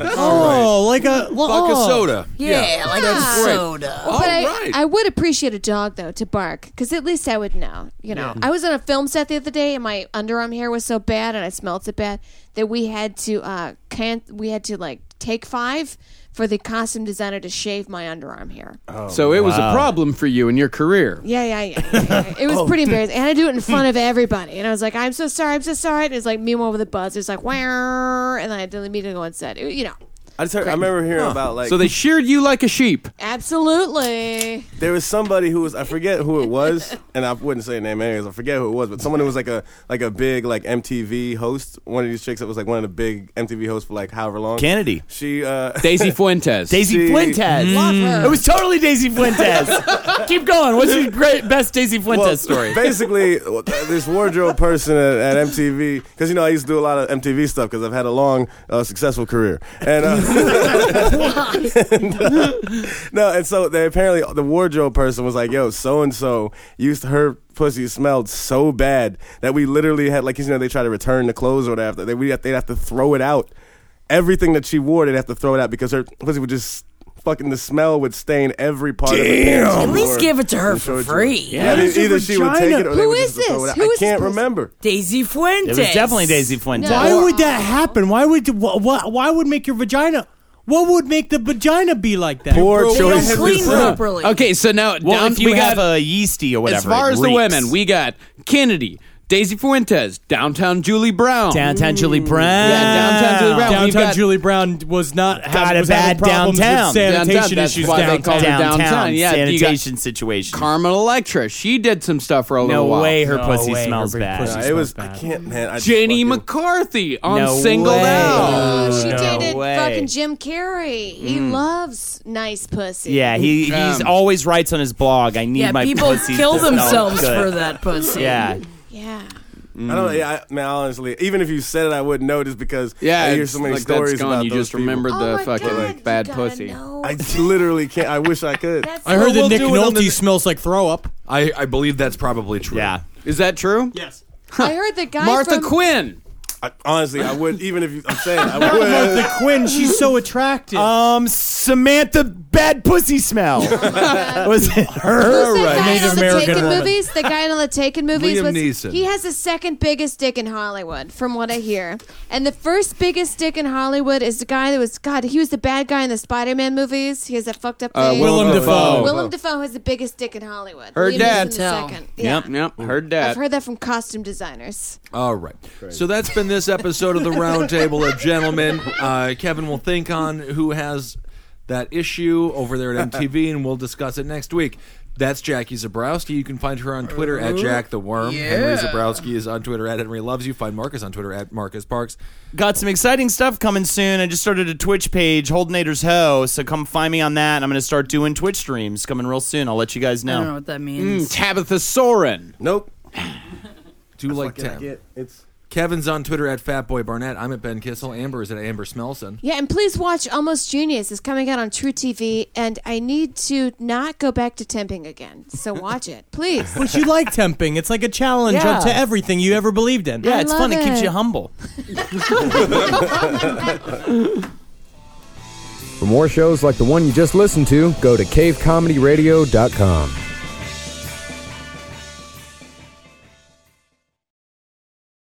I: Oh, like a
U: Vodka soda.
K: Yeah, like
G: Yeah.
K: a soda.
H: Oh.
G: But I, I would appreciate a dog though to bark because at least I would know. You know, I was on a film set the other day and my underarm hair was so bad and I smelled so bad that we had to uh can't we had to like take five for the costume designer to shave my underarm hair.
J: so it was a problem for you in your career.
G: Yeah, yeah, yeah. yeah, yeah. It was pretty embarrassing, and I do it in front of everybody. And I was like, "I'm so sorry, I'm so sorry." And it's like me over the buzz. It's like, "Wow," and then I had to immediately go and said, "You know,
A: I just heard, I remember hearing about like
J: so they sheared you like a sheep.
G: absolutely."
A: There was somebody who was I forget who it
G: (laughs)
A: was, and I wouldn't say name anyways. I forget who it was, but someone who was like a like a big like MTV host. One of these chicks that was like one of the big MTV hosts for like however long.
H: Kennedy.
A: She uh
H: (laughs)
J: Daisy Fuentes.
A: She-
H: Daisy Fuentes.
G: Love her.
H: It was totally Daisy
J: (laughs)
H: Fuentes. Keep going. What's your great best Daisy Fuentes
A: well, (laughs)
H: story?
A: Basically, uh, this wardrobe person at, at MTV, because you know I used to do a lot of MTV stuff because I've had a long, uh, successful career, and, uh, (laughs) and, uh, no, and so they apparently the wardrobe person was like, "Yo, so and so used her." Pussy smelled so bad that we literally had like you know they try to return the clothes or whatever. They we have, they'd have to throw it out. Everything that she wore, they'd have to throw it out because her pussy would just fucking the smell would stain every part of the pants.
K: At
A: she
K: least
A: wore.
K: give it to her
A: They
K: for
A: showed you.
K: free.
A: Yeah,
K: Yeah.
A: they-
K: It's your
A: either she would take
K: vagina.
A: it or they
K: Who
A: would
K: is
A: just throw it
K: this?
A: out.
K: Who
A: I
K: is
A: can't
K: this person?
A: remember.
K: Daisy Fuentes.
H: It was definitely Daisy Fuentes.
G: No.
I: Why would that happen? Why would wh- wh- why would make your vagina? What would make the vagina be like that?
A: Poor
K: They
A: choice.
K: don't
H: (laughs)
K: clean properly.
J: Okay, so now
H: Well,
J: down
H: if you
J: we
H: have
J: got
H: a yeasty or whatever,
J: as far
H: it
J: as the
H: reeks.
J: women, we got Kennedy, Daisy Fuentes, Downtown Julie Brown.
H: downtown Julie Brown.
J: Mm. Yeah, downtown Julie Brown. We've
I: Downtown
J: got-
I: oh Julie Brown was not
H: Got
I: having,
H: a
I: was having
H: bad
I: problems
H: downtown.
I: with sanitation
J: Downtown, that's
I: issues
J: why they
I: downtown.
J: call it
H: downtown,
J: downtown. Yeah, you got-
H: sanitation situation.
J: Carmen Electra. She did some stuff for a
H: no
J: little while.
H: way her
I: No
H: pussy
I: way her
H: smells
I: big
H: bad.
I: pussy
A: Nah,
I: smells
A: it was.
I: bad.
A: I can't, man. I just
J: Jenny
A: fucking-
J: Mcarthy on
H: No
J: Singled
H: way.
J: Out.
G: Oh, she
H: no
G: dated
H: way.
G: fucking Jim Carrey. He
J: Mm.
G: loves nice pussy.
H: Yeah, he he's
J: Um,
H: always writes on his blog. I need
K: Yeah,
H: my
K: people
H: pussy
K: kill
H: to smell
K: themselves
H: good."
K: for that pussy.
H: Yeah,
G: Yeah.
A: I
J: Mm.
A: don't. Yeah, I, man. Honestly, even if you said it, I wouldn't know just because.
J: Yeah,
A: I hear
J: it's
A: so many
J: like
A: stories
J: that's gone.
A: about
J: you
A: those
J: just
A: people.
J: remembered
G: Oh
J: the
G: my
J: fucking
G: God, you
J: bad
G: gotta
J: pussy.
G: know.
A: I literally can't. I wish I could.
G: That's
I: I
U: Well,
I: heard that
U: we'll
I: Nick
U: do it on
I: Nolte
U: the-
I: smells like throw up.
U: I, I believe that's probably true.
H: yeah.
J: Is that true? Yes.
G: I heard the guy
J: Martha
G: from
J: Quinn.
A: I, honestly, I would. Even if you, I'm saying,
G: (laughs)
A: I would.
I: Martha Quinn, she's so attractive.
H: Um, Samantha, bad pussy smell. was it her?
G: Who's the guy
I: Native
G: in all the
I: American
G: Taken
I: woman.
G: movies? The guy in all the Taken movies
U: Liam
G: was
U: Neeson.
G: he has the second biggest dick in Hollywood, from what I hear. And the first biggest dick in Hollywood is the guy that was God. He was the bad guy in the Spider-Man movies. He has that fucked up
J: Uh,
G: thing.
J: Willem
H: Oh,
I: Willem
J: Dafoe.
U: Oh,
I: Dafoe.
G: Willem Dafoe has the biggest dick in Hollywood.
J: Her
G: Liam
J: dad.
G: Neeson
K: Tell.
G: the second. Yeah.
J: Yep, yep. Heard
G: I've
J: that.
G: heard that from costume designers.
U: All right. So that's been this episode of the Roundtable of Gentlemen. Uh, Kevin will think on who has that issue over there at MTV, and we'll discuss it next week. That's Jackie Zabrowski. You can find her on Twitter at Jack the Worm. Henry Zabrowski is on Twitter at Henry Loves You. Find Marcus on Twitter at Marcus Parks.
H: Got some exciting stuff coming soon. I just started a Twitch page, Holdenator's Ho. So come find me on that. I'm going to start doing Twitch streams coming real soon. I'll let you guys
K: I
H: know. Mm,
K: don't know what that means.
J: Tabitha Soren.
A: Nope.
U: Do like
A: Fucking
U: Tim.
A: get- It's.
U: Kevin's on Twitter at Fatboy Barnett. I'm at Ben Kissel. Amber is at Amber Smelson.
G: Yeah, and please watch Almost Genius. It's coming out on True TV, and I need to not go back to temping again. So watch it, please.
I: But you like temping. It's like a challenge
K: Yeah.
I: up to everything you ever believed in.
H: yeah, (laughs)
G: I
H: it's fun.
G: love
H: It. keeps
G: it.
H: you humble.
V: For more shows like the one you just listened to, go to cavecomedyradio.com.